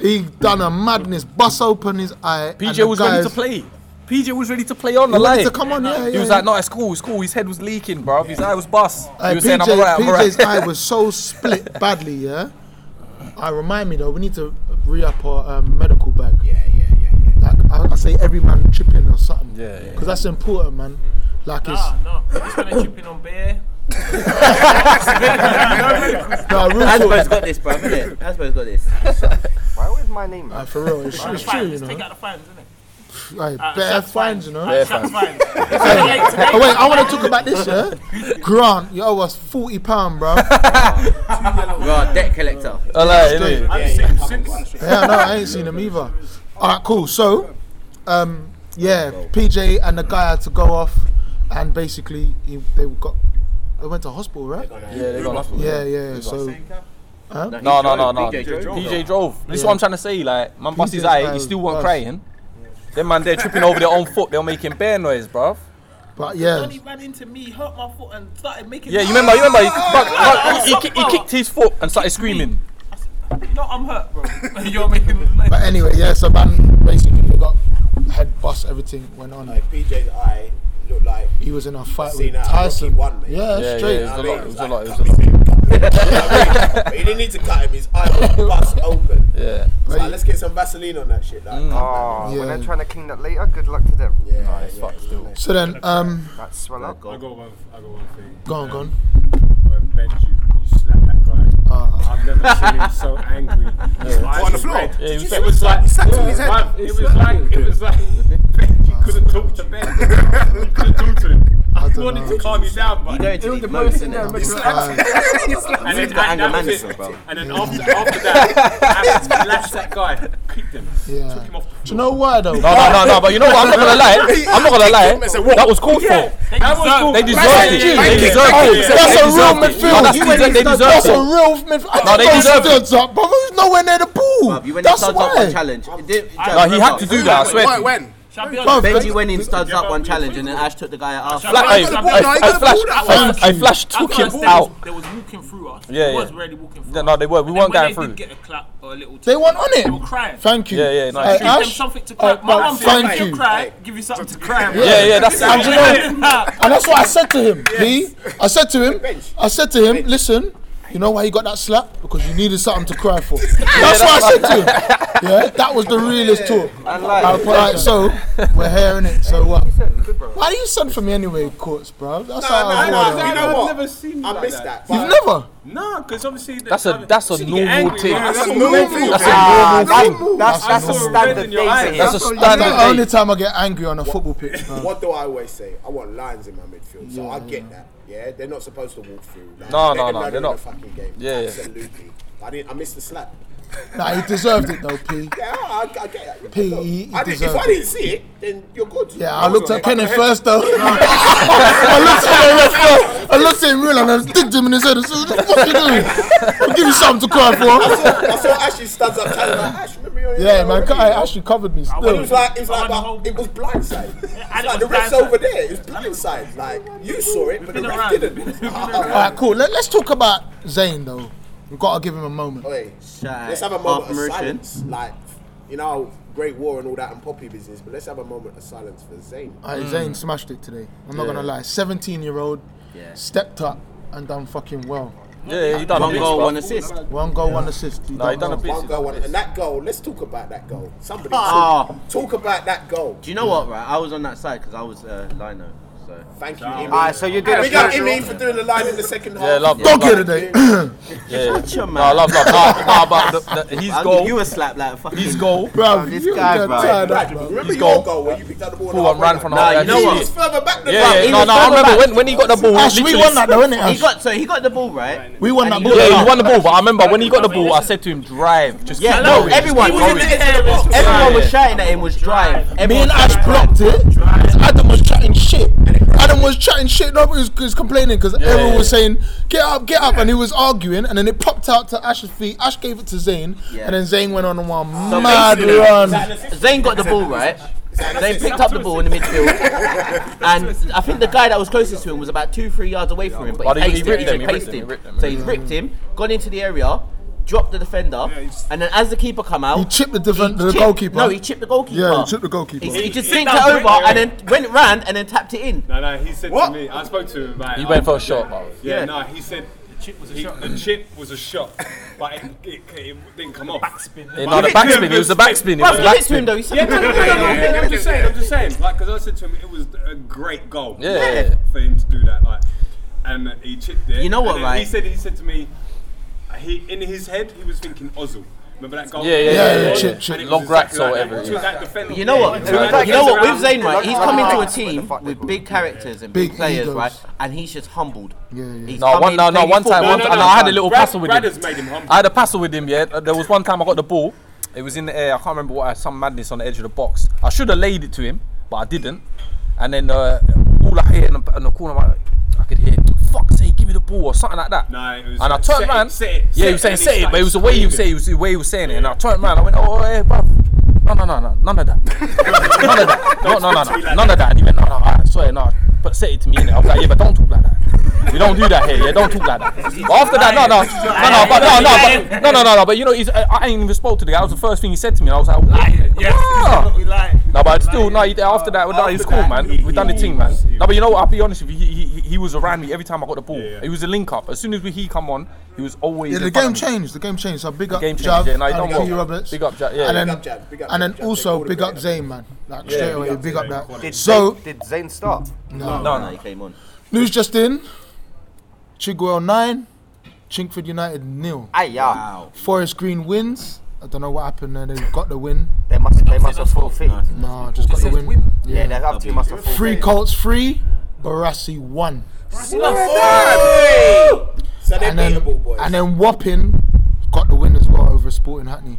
Speaker 1: He done a madness. Bust open his eye. and the
Speaker 9: PJ was ready to
Speaker 1: guys-
Speaker 9: play. PJ was ready to play on
Speaker 1: He
Speaker 9: the
Speaker 1: wanted
Speaker 9: line.
Speaker 1: to come on, yeah,
Speaker 9: He
Speaker 1: yeah,
Speaker 9: was
Speaker 1: yeah.
Speaker 9: like, no, it's cool, it's cool. His head was leaking, bro. His eye was bust.
Speaker 1: Uh,
Speaker 9: he was saying, I'm
Speaker 1: PJ
Speaker 9: alright, I'm
Speaker 1: PJ's eye
Speaker 9: alright.
Speaker 1: was so split badly, yeah. I remind me though, we need to re up our um, medical bag. Yeah, yeah, yeah, yeah. Like I, I say, every man chipping or something.
Speaker 9: Yeah, yeah,
Speaker 1: Because that's important, man. Like
Speaker 2: Nah, no. Just gonna chip in on beer.
Speaker 1: it's no real
Speaker 3: Asbo's
Speaker 1: talk.
Speaker 3: got this, bro. Minute. Asbo's got this.
Speaker 6: Why was my name?
Speaker 1: Nah, for real, it's, it's true, you
Speaker 2: Just take
Speaker 1: know.
Speaker 2: out the fans, innit?
Speaker 1: Like,
Speaker 2: Uh,
Speaker 1: better
Speaker 2: Shaq's
Speaker 1: fines, you know.
Speaker 2: Alright,
Speaker 9: Bare
Speaker 2: Shaq's fine. It's only eight today.
Speaker 1: Oh, wait, I want to talk about this, yeah. Grant, you owe us forty pound, bro.
Speaker 3: You are a debt collector.
Speaker 9: Alright, innit?
Speaker 11: I've seen since
Speaker 1: yeah, no, I ain't seen him either. All right, cool. So, um, yeah, PJ and the guy had to go off, and basically he, they got they went to hospital, right?
Speaker 9: Yeah, they got nothing.
Speaker 1: Yeah, yeah. So
Speaker 9: No, no, no, no.
Speaker 3: PJ drove.
Speaker 9: PJ drove. This is what I'm trying to say. Like, man, bust his
Speaker 1: PJ's
Speaker 9: eye.
Speaker 1: eye
Speaker 9: He
Speaker 1: was
Speaker 9: still wasn't
Speaker 1: bust.
Speaker 9: crying. Them man, they're tripping over their own foot. They're making bear noise, bro.
Speaker 1: but yeah,
Speaker 2: Johnny ran into me, hurt my foot, and started making.
Speaker 9: Yeah, you remember? You remember? He, bro, bro, he, he, ki- he kicked his foot and started screaming.
Speaker 2: You know I'm hurt, bro. You're making.
Speaker 1: but anyway, yeah. So man, basically they got head bust. Everything went on.
Speaker 4: Like PJ's eye looked like
Speaker 1: He was in a fight
Speaker 4: seen
Speaker 1: with
Speaker 4: out of Rocky
Speaker 1: Tyson.
Speaker 4: One, mate.
Speaker 1: Yeah,
Speaker 9: Yeah,
Speaker 1: straight.
Speaker 9: yeah, it was a lot. It was a lot. It was a lot.
Speaker 4: lot. He didn't need to cut him. His eye was bust open.
Speaker 9: Yeah.
Speaker 4: So, like, let's get some Vaseline on that shit.
Speaker 9: Mm.
Speaker 4: Like,
Speaker 6: Oh, when
Speaker 1: Yeah.
Speaker 6: they're trying to clean that later, good luck to them.
Speaker 4: yeah, yeah.
Speaker 9: Fuck still.
Speaker 1: So then, um,
Speaker 6: That swell up.
Speaker 10: I got one. I got one thing. Um,
Speaker 1: go on, go on.
Speaker 10: When Benji I've never seen him so angry. His eyes
Speaker 11: on the
Speaker 10: were
Speaker 11: floor?
Speaker 10: red.
Speaker 11: Yeah, he was-
Speaker 10: it was like
Speaker 11: he slapped him in his head.
Speaker 10: Bruv, It was like it was like you couldn't talk to Ben. You couldn't talk to him. I, wanted to calm you down, but
Speaker 3: don't need most, innit?
Speaker 10: He slapped. He slapped.
Speaker 3: You
Speaker 10: And
Speaker 3: need
Speaker 10: then
Speaker 3: to go anger
Speaker 10: that was
Speaker 3: management,
Speaker 10: it.
Speaker 3: bro.
Speaker 10: And then after after that, I lashed that guy, kicked him,
Speaker 1: Yeah.
Speaker 10: took him off.
Speaker 1: Do you know why though?
Speaker 9: No, no, no, no. But you know what? I'm not gonna lie. I'm not gonna lie. That was called for.
Speaker 10: That was cool.
Speaker 9: They deserved
Speaker 1: Thank
Speaker 9: it.
Speaker 1: you.
Speaker 9: They
Speaker 1: Thank you.
Speaker 9: deserved
Speaker 1: Oh,
Speaker 9: it.
Speaker 1: That's
Speaker 9: They
Speaker 1: a real
Speaker 9: deserved it. No,
Speaker 1: midfield.
Speaker 9: that's
Speaker 1: You
Speaker 9: the-
Speaker 1: went
Speaker 9: they
Speaker 1: in-
Speaker 9: deserved
Speaker 1: That's
Speaker 9: it.
Speaker 1: a real midfield. I
Speaker 9: No,
Speaker 1: don't
Speaker 9: they
Speaker 1: know
Speaker 9: deserved it.
Speaker 1: studs up, but who's nowhere near the pool?
Speaker 3: Bruv, You went in
Speaker 1: That's
Speaker 3: studs up one
Speaker 1: why.
Speaker 3: challenge. It didn't-
Speaker 9: No, he had to do that. I swear.
Speaker 11: Why, when?
Speaker 2: Shall I be
Speaker 1: Bro,
Speaker 2: honest?
Speaker 3: Benji went in studs up one challenge, and then Ash took the guy out.
Speaker 9: Fla-
Speaker 2: Hey,
Speaker 9: I,
Speaker 2: you got the
Speaker 9: I,
Speaker 2: ball now, you
Speaker 9: I
Speaker 11: got the
Speaker 9: flashed.
Speaker 11: ball
Speaker 9: I, I flashed. Took
Speaker 2: After
Speaker 9: him
Speaker 2: us, there
Speaker 9: out.
Speaker 2: Was, they was walking through us.
Speaker 9: Yeah,
Speaker 2: They was
Speaker 9: yeah.
Speaker 2: really walking through
Speaker 9: Yeah,
Speaker 2: us.
Speaker 9: no, they were. We
Speaker 2: And
Speaker 9: weren't
Speaker 2: when
Speaker 9: going
Speaker 2: they
Speaker 9: through.
Speaker 2: Did get a clap or a little
Speaker 1: They went on it.
Speaker 2: They were crying.
Speaker 1: Thank you.
Speaker 9: Yeah, yeah, no,
Speaker 1: Hey,
Speaker 9: it's
Speaker 2: Give them
Speaker 1: Ash,
Speaker 2: something to cry.
Speaker 1: uh,
Speaker 2: My
Speaker 1: but
Speaker 2: mum said,
Speaker 1: thank
Speaker 2: if you
Speaker 1: you.
Speaker 2: cry, give you something to cry about.
Speaker 9: Yeah, yeah. That's
Speaker 1: And you know,
Speaker 2: Nah,
Speaker 1: and that's what I said to him. He, I said to him, I said to him, listen, you know why you got that slap? Because you needed something to cry for. That's what I said to him. Yeah, that was the realest talk. Uh, but, like, so we're hearing it. So what? Why do you send for me anyway, courts, bro? That's how
Speaker 4: no,
Speaker 1: I
Speaker 4: no,
Speaker 1: avoid
Speaker 4: no,
Speaker 1: it.
Speaker 4: You know
Speaker 10: I've
Speaker 4: what?
Speaker 10: never seen you
Speaker 4: I
Speaker 10: like
Speaker 4: missed
Speaker 10: that.
Speaker 4: that.
Speaker 1: You've
Speaker 4: but-
Speaker 1: never.
Speaker 10: No, because obviously the-
Speaker 9: That's a-
Speaker 10: I-
Speaker 9: that's a
Speaker 10: you get
Speaker 9: normal
Speaker 10: angry,
Speaker 9: thing.
Speaker 10: right?
Speaker 9: That's
Speaker 10: That's
Speaker 11: a
Speaker 10: a
Speaker 11: normal
Speaker 10: normal
Speaker 11: thing.
Speaker 10: thing.
Speaker 9: That's a
Speaker 6: Ah,
Speaker 9: normal thing.
Speaker 6: that- that's, that's
Speaker 10: I
Speaker 6: a
Speaker 10: saw a red
Speaker 6: standard
Speaker 10: in your
Speaker 6: thing.
Speaker 10: eye.
Speaker 9: That's a
Speaker 1: That's the
Speaker 9: standard
Speaker 1: only
Speaker 9: thing.
Speaker 1: time I get angry on a football pitch, bro.
Speaker 4: What do I always say? I want lines in my midfield, so I get that. Yeah, they're not supposed to walk through. Like,
Speaker 9: No,
Speaker 4: let
Speaker 9: no,
Speaker 4: them
Speaker 9: no,
Speaker 4: know
Speaker 9: they're
Speaker 4: in
Speaker 9: not.
Speaker 4: the fucking game.
Speaker 9: Yeah, yeah.
Speaker 4: absolutely. I didn't. I missed the slap.
Speaker 1: Nah, he deserved it though, P.
Speaker 4: Yeah, I, I get it.
Speaker 1: P, he- he
Speaker 4: I did, if
Speaker 1: deserved
Speaker 4: I didn't see it, then you're good.
Speaker 1: Yeah, I looked at Kenny first though. I looked at him first. I looked at him real and I digged him in his head. I said, "What the fuck you doing? I'll give you something to cry for."
Speaker 4: I saw Ashley stands up, telling like, Ash, remember you?
Speaker 1: Yeah, man,
Speaker 4: Remember
Speaker 1: guy
Speaker 4: you?"
Speaker 1: actually covered me
Speaker 4: But it
Speaker 1: still.
Speaker 4: was like it was like
Speaker 2: I went
Speaker 4: but it was blindside. It's
Speaker 2: and it
Speaker 4: like the
Speaker 2: was
Speaker 4: ref's
Speaker 2: blindside.
Speaker 4: over there. It was blindside. Like you saw it, but the
Speaker 2: been
Speaker 4: ref
Speaker 2: around.
Speaker 4: didn't.
Speaker 2: We've been
Speaker 1: All right, cool. Let, let's talk about Zayn though. We've got to give him a moment.
Speaker 4: Oi,
Speaker 3: Shy.
Speaker 4: let's have a moment
Speaker 3: Half
Speaker 4: of
Speaker 3: merchant.
Speaker 4: silence. Like you know, Great War and all that and poppy business, but let's have a moment of silence for Zayn.
Speaker 1: All
Speaker 9: Mm.
Speaker 1: right, Zayn smashed it today. I'm not gonna lie. 17 year old
Speaker 3: Yeah.
Speaker 1: stepped up and done fucking well.
Speaker 9: Yeah, yeah. He done a
Speaker 3: One
Speaker 9: bit.
Speaker 3: goal, one
Speaker 9: bruv.
Speaker 3: assist.
Speaker 1: One goal, one assist. You
Speaker 9: Nah, he
Speaker 1: don't
Speaker 9: done a
Speaker 1: know.
Speaker 9: bit.
Speaker 4: One goal, one, and that goal. Let's talk about that goal. Somebody
Speaker 3: Ah.
Speaker 4: talk, talk about that goal.
Speaker 3: Do you know what, right? I was on that side because I was uh, lino, so.
Speaker 4: Thank you, Imi.
Speaker 6: Ah, so you did a
Speaker 4: we got
Speaker 6: special.
Speaker 4: Imi for doing the line in the second half.
Speaker 9: Yeah, love.
Speaker 1: Dog here
Speaker 9: love,
Speaker 1: today.
Speaker 9: Yeah.
Speaker 3: Shut your
Speaker 9: No, I
Speaker 3: mouth.
Speaker 9: love love. Nah, nah, but the, the, his
Speaker 3: I'll give you
Speaker 9: goal.
Speaker 3: a slap like a fucking.
Speaker 9: His goal.
Speaker 1: Bro,
Speaker 6: this
Speaker 1: you
Speaker 6: guy,
Speaker 1: got
Speaker 6: bro.
Speaker 1: tired up, bro.
Speaker 4: Remember
Speaker 9: His
Speaker 4: your
Speaker 9: goal.
Speaker 4: goal, where you picked up the ball.
Speaker 9: Ball and ran from the
Speaker 3: Nah,
Speaker 9: halfway
Speaker 3: you know
Speaker 9: line.
Speaker 3: what?
Speaker 4: It's further back than
Speaker 9: Yeah,
Speaker 4: that.
Speaker 9: yeah. No, no. I remember when, when he got the ball.
Speaker 1: Ash, we
Speaker 9: literally-
Speaker 1: won that though, innit?
Speaker 3: He
Speaker 1: Ash?
Speaker 3: got so he got the ball right.
Speaker 1: We won that
Speaker 3: And
Speaker 1: ball.
Speaker 9: Yeah, he won the ball, but I remember when he got the ball, I said to him, "Drive, just
Speaker 3: Yeah,
Speaker 9: keep
Speaker 3: no,
Speaker 9: going."
Speaker 3: everyone,
Speaker 2: was in the
Speaker 3: everyone
Speaker 2: air of us.
Speaker 3: was shouting at him was drive.
Speaker 1: Me
Speaker 3: Everyone
Speaker 1: and Ash blocked it. Adam was chatting shit. Adam was chatting shit. Nobody was, was complaining because everyone
Speaker 9: yeah,
Speaker 1: was saying, "Get up, get up," and he was arguing. And then it popped out to Ash's feet. Ash gave it to Zayn,
Speaker 3: Yeah.
Speaker 1: and then Zayn went on one mad run.
Speaker 3: Zayn got the ball right. Zayn picked up the ball in the midfield, and I think the guy that was closest to him was about two, three yards away from him.
Speaker 9: Oh,
Speaker 3: But
Speaker 9: they-
Speaker 3: he
Speaker 9: he
Speaker 3: paced him.
Speaker 9: ripped
Speaker 3: He just
Speaker 9: them, he ripped
Speaker 3: paced
Speaker 9: them, he
Speaker 3: him.
Speaker 9: ripped them.
Speaker 3: So he ripped him, gone into the area, dropped the defender, and then as the keeper come out,
Speaker 1: He chipped the defen- the
Speaker 3: chipped-
Speaker 1: goalkeeper.
Speaker 3: No, he chipped the goalkeeper.
Speaker 1: Yeah, he chipped the goalkeeper.
Speaker 3: He, he just
Speaker 2: Sit
Speaker 3: synced
Speaker 2: down,
Speaker 3: it over
Speaker 2: quick.
Speaker 3: and then went round and then tapped it in.
Speaker 10: No, no, he said
Speaker 4: What?
Speaker 10: to me, I spoke to him about
Speaker 9: He
Speaker 10: it
Speaker 9: went for a
Speaker 10: after,
Speaker 9: shot,
Speaker 10: yeah.
Speaker 9: bro.
Speaker 10: Yeah,
Speaker 3: Yeah.
Speaker 10: no, he said the chip was a shot. The chip was a shot, but it, it, it didn't come off.
Speaker 9: Yeah, no, the backspin. It was the backspin. It
Speaker 3: Bro,
Speaker 9: was
Speaker 3: give it
Speaker 9: the
Speaker 3: to him
Speaker 9: backspin.
Speaker 3: though. He
Speaker 10: Yeah,
Speaker 3: said,
Speaker 10: no, no, no, no, no, I'm just saying, I'm just saying. Like, because I said to him, it was a great goal.
Speaker 9: Yeah. Yeah.
Speaker 10: For him to do that, like, and he chipped it.
Speaker 3: You know what,
Speaker 10: and then He
Speaker 3: right?
Speaker 10: said, he said to me, he in his head, he was thinking Ozil. Remember that goal?
Speaker 9: Yeah, yeah, yeah,
Speaker 1: yeah,
Speaker 10: And
Speaker 1: chip,
Speaker 10: it was
Speaker 1: chip.
Speaker 9: Long
Speaker 10: exactly
Speaker 9: racks
Speaker 10: like
Speaker 9: or
Speaker 10: that.
Speaker 9: whatever,
Speaker 10: Took
Speaker 9: yeah.
Speaker 10: that defender-
Speaker 3: You know what?
Speaker 10: Yeah, yeah,
Speaker 3: You know what? With
Speaker 10: yeah.
Speaker 3: Zayn, right? He's coming to a
Speaker 6: What the
Speaker 3: team
Speaker 6: fuck they
Speaker 3: with
Speaker 6: call
Speaker 3: big
Speaker 6: it?
Speaker 3: characters and
Speaker 1: Big
Speaker 3: big players,
Speaker 1: egos.
Speaker 3: right? And he's just humbled.
Speaker 1: Yeah, yeah.
Speaker 3: He's
Speaker 9: No,
Speaker 3: come
Speaker 9: one,
Speaker 3: in,
Speaker 9: no, no,
Speaker 3: played
Speaker 9: one time,
Speaker 3: football.
Speaker 9: one
Speaker 10: no,
Speaker 9: time,
Speaker 10: no,
Speaker 9: and I had a
Speaker 10: Brad-
Speaker 9: little passer with
Speaker 10: Brad
Speaker 9: him.
Speaker 10: has made him humble.
Speaker 9: I had a passer with him, yeah. Uh, There was one time I got the ball. It was in the air. I can't remember what. I had some madness on the edge of the box. I should have laid it to him, but I didn't. And then uh, all I hear in the, in the corner, of my- I could hear, "Fuck sake, give me the ball" or something like that.
Speaker 10: No, it was
Speaker 9: and I
Speaker 10: like,
Speaker 9: turned
Speaker 10: "Set it,
Speaker 9: around.
Speaker 10: set it,
Speaker 9: yeah,
Speaker 10: set
Speaker 9: he
Speaker 10: it,"
Speaker 9: was saying
Speaker 10: and he
Speaker 9: "set it," but it was the way he was saying. It was the way he was saying it. And I turned around. I went, "Oh, hey, bro." No, no, no, no, none of that. none of that. No, no, no, no, none of that. And he went, no, no, I swear, no. But say it to me, innit? I was like, yeah, but don't talk like that. We don't do that here. Yeah, don't talk like that. But after that, no, no, no, no, but no, no, but no, no, no, no. But you know, he's, I, I ain't even spoke to the guy. That was the first thing he said to me. And I was like, lying.
Speaker 2: Yes, we lying.
Speaker 9: No, but still, no. he- After that, no, he's cool, man. We done the thing, man. No, but you know what? I'll be honest with you. He, he, he was around me every time I got the ball.
Speaker 10: Yeah, yeah.
Speaker 9: He was a link up. As soon as we, he come on, he was always.
Speaker 1: Yeah, the
Speaker 9: in front
Speaker 1: game
Speaker 9: of me.
Speaker 1: changed. The game changed. So big up
Speaker 9: game changed,
Speaker 1: Jav
Speaker 9: yeah, no, he
Speaker 1: and
Speaker 9: done
Speaker 1: P E
Speaker 9: well.
Speaker 1: Roberts.
Speaker 9: Big up Jav, yeah.
Speaker 1: And then,
Speaker 4: Big up Jav, big up
Speaker 1: and then
Speaker 4: Jav, Jav,
Speaker 1: also
Speaker 4: they
Speaker 1: big
Speaker 4: called
Speaker 1: up
Speaker 4: it
Speaker 1: Zayn, man. Like straight away, big up that.
Speaker 6: Did,
Speaker 1: So
Speaker 6: Zayn- did Zayn start?
Speaker 3: No, no, he came on.
Speaker 1: news just in. Chiguel nine, Chingford United nil.
Speaker 6: Aye, yeah. Wow.
Speaker 1: Forest Green wins. I don't know what happened there. They got the win.
Speaker 6: They must. They must have forfeited.
Speaker 1: Nah, just got the win.
Speaker 6: Yeah, they have to. Must have forfeited.
Speaker 1: Three Colts, three. Barassi one.
Speaker 4: So they're
Speaker 1: and then,
Speaker 4: beatable, boys.
Speaker 1: and then Wapping got the win as well over Sporting Hackney.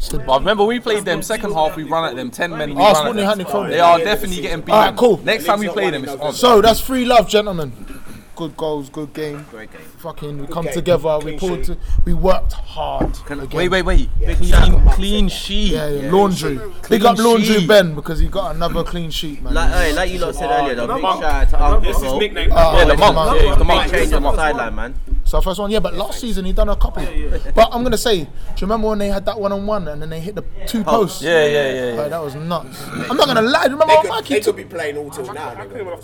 Speaker 1: So
Speaker 9: But remember, we played them second half. We ran at them ten men. We
Speaker 1: Oh,
Speaker 9: ran
Speaker 1: Sporting
Speaker 9: at
Speaker 1: Hackney
Speaker 9: them.
Speaker 1: Cronin.
Speaker 9: They are definitely getting beat.
Speaker 1: Alright, cool.
Speaker 9: Next time we play them, it's on.
Speaker 1: So that's free love, gentlemen. Good goals, good game.
Speaker 3: Great game.
Speaker 1: Fucking, we
Speaker 4: Good
Speaker 1: come
Speaker 4: game.
Speaker 1: together. We
Speaker 4: Clean
Speaker 1: pulled. To,
Speaker 4: sheet.
Speaker 1: we worked hard. again.
Speaker 9: Wait, wait, wait.
Speaker 4: Jack
Speaker 9: Clean,
Speaker 4: Mark
Speaker 9: clean sheet.
Speaker 1: Yeah, yeah, laundry. Big up laundry Ben because he got another clean sheet, man.
Speaker 3: Like, hey, like you lot said earlier, though, big shout out to
Speaker 8: This is
Speaker 3: Uncle Bro.
Speaker 8: nickname.
Speaker 1: Oh,
Speaker 9: Yeah, the monk.
Speaker 1: Jamal.
Speaker 9: Yeah, the monk.
Speaker 3: Big change on the sideline, man.
Speaker 1: So first one, yeah, but last season he done a couple. But I'm gonna say, do you remember when they had that one on one and then they hit the two posts?
Speaker 9: Yeah, yeah, yeah. yeah.
Speaker 1: Like, that was nuts. I'm not gonna lie. do you Remember
Speaker 4: They
Speaker 1: how
Speaker 4: could,
Speaker 1: Mikey
Speaker 4: they could
Speaker 1: took?
Speaker 4: be playing all till now. they were.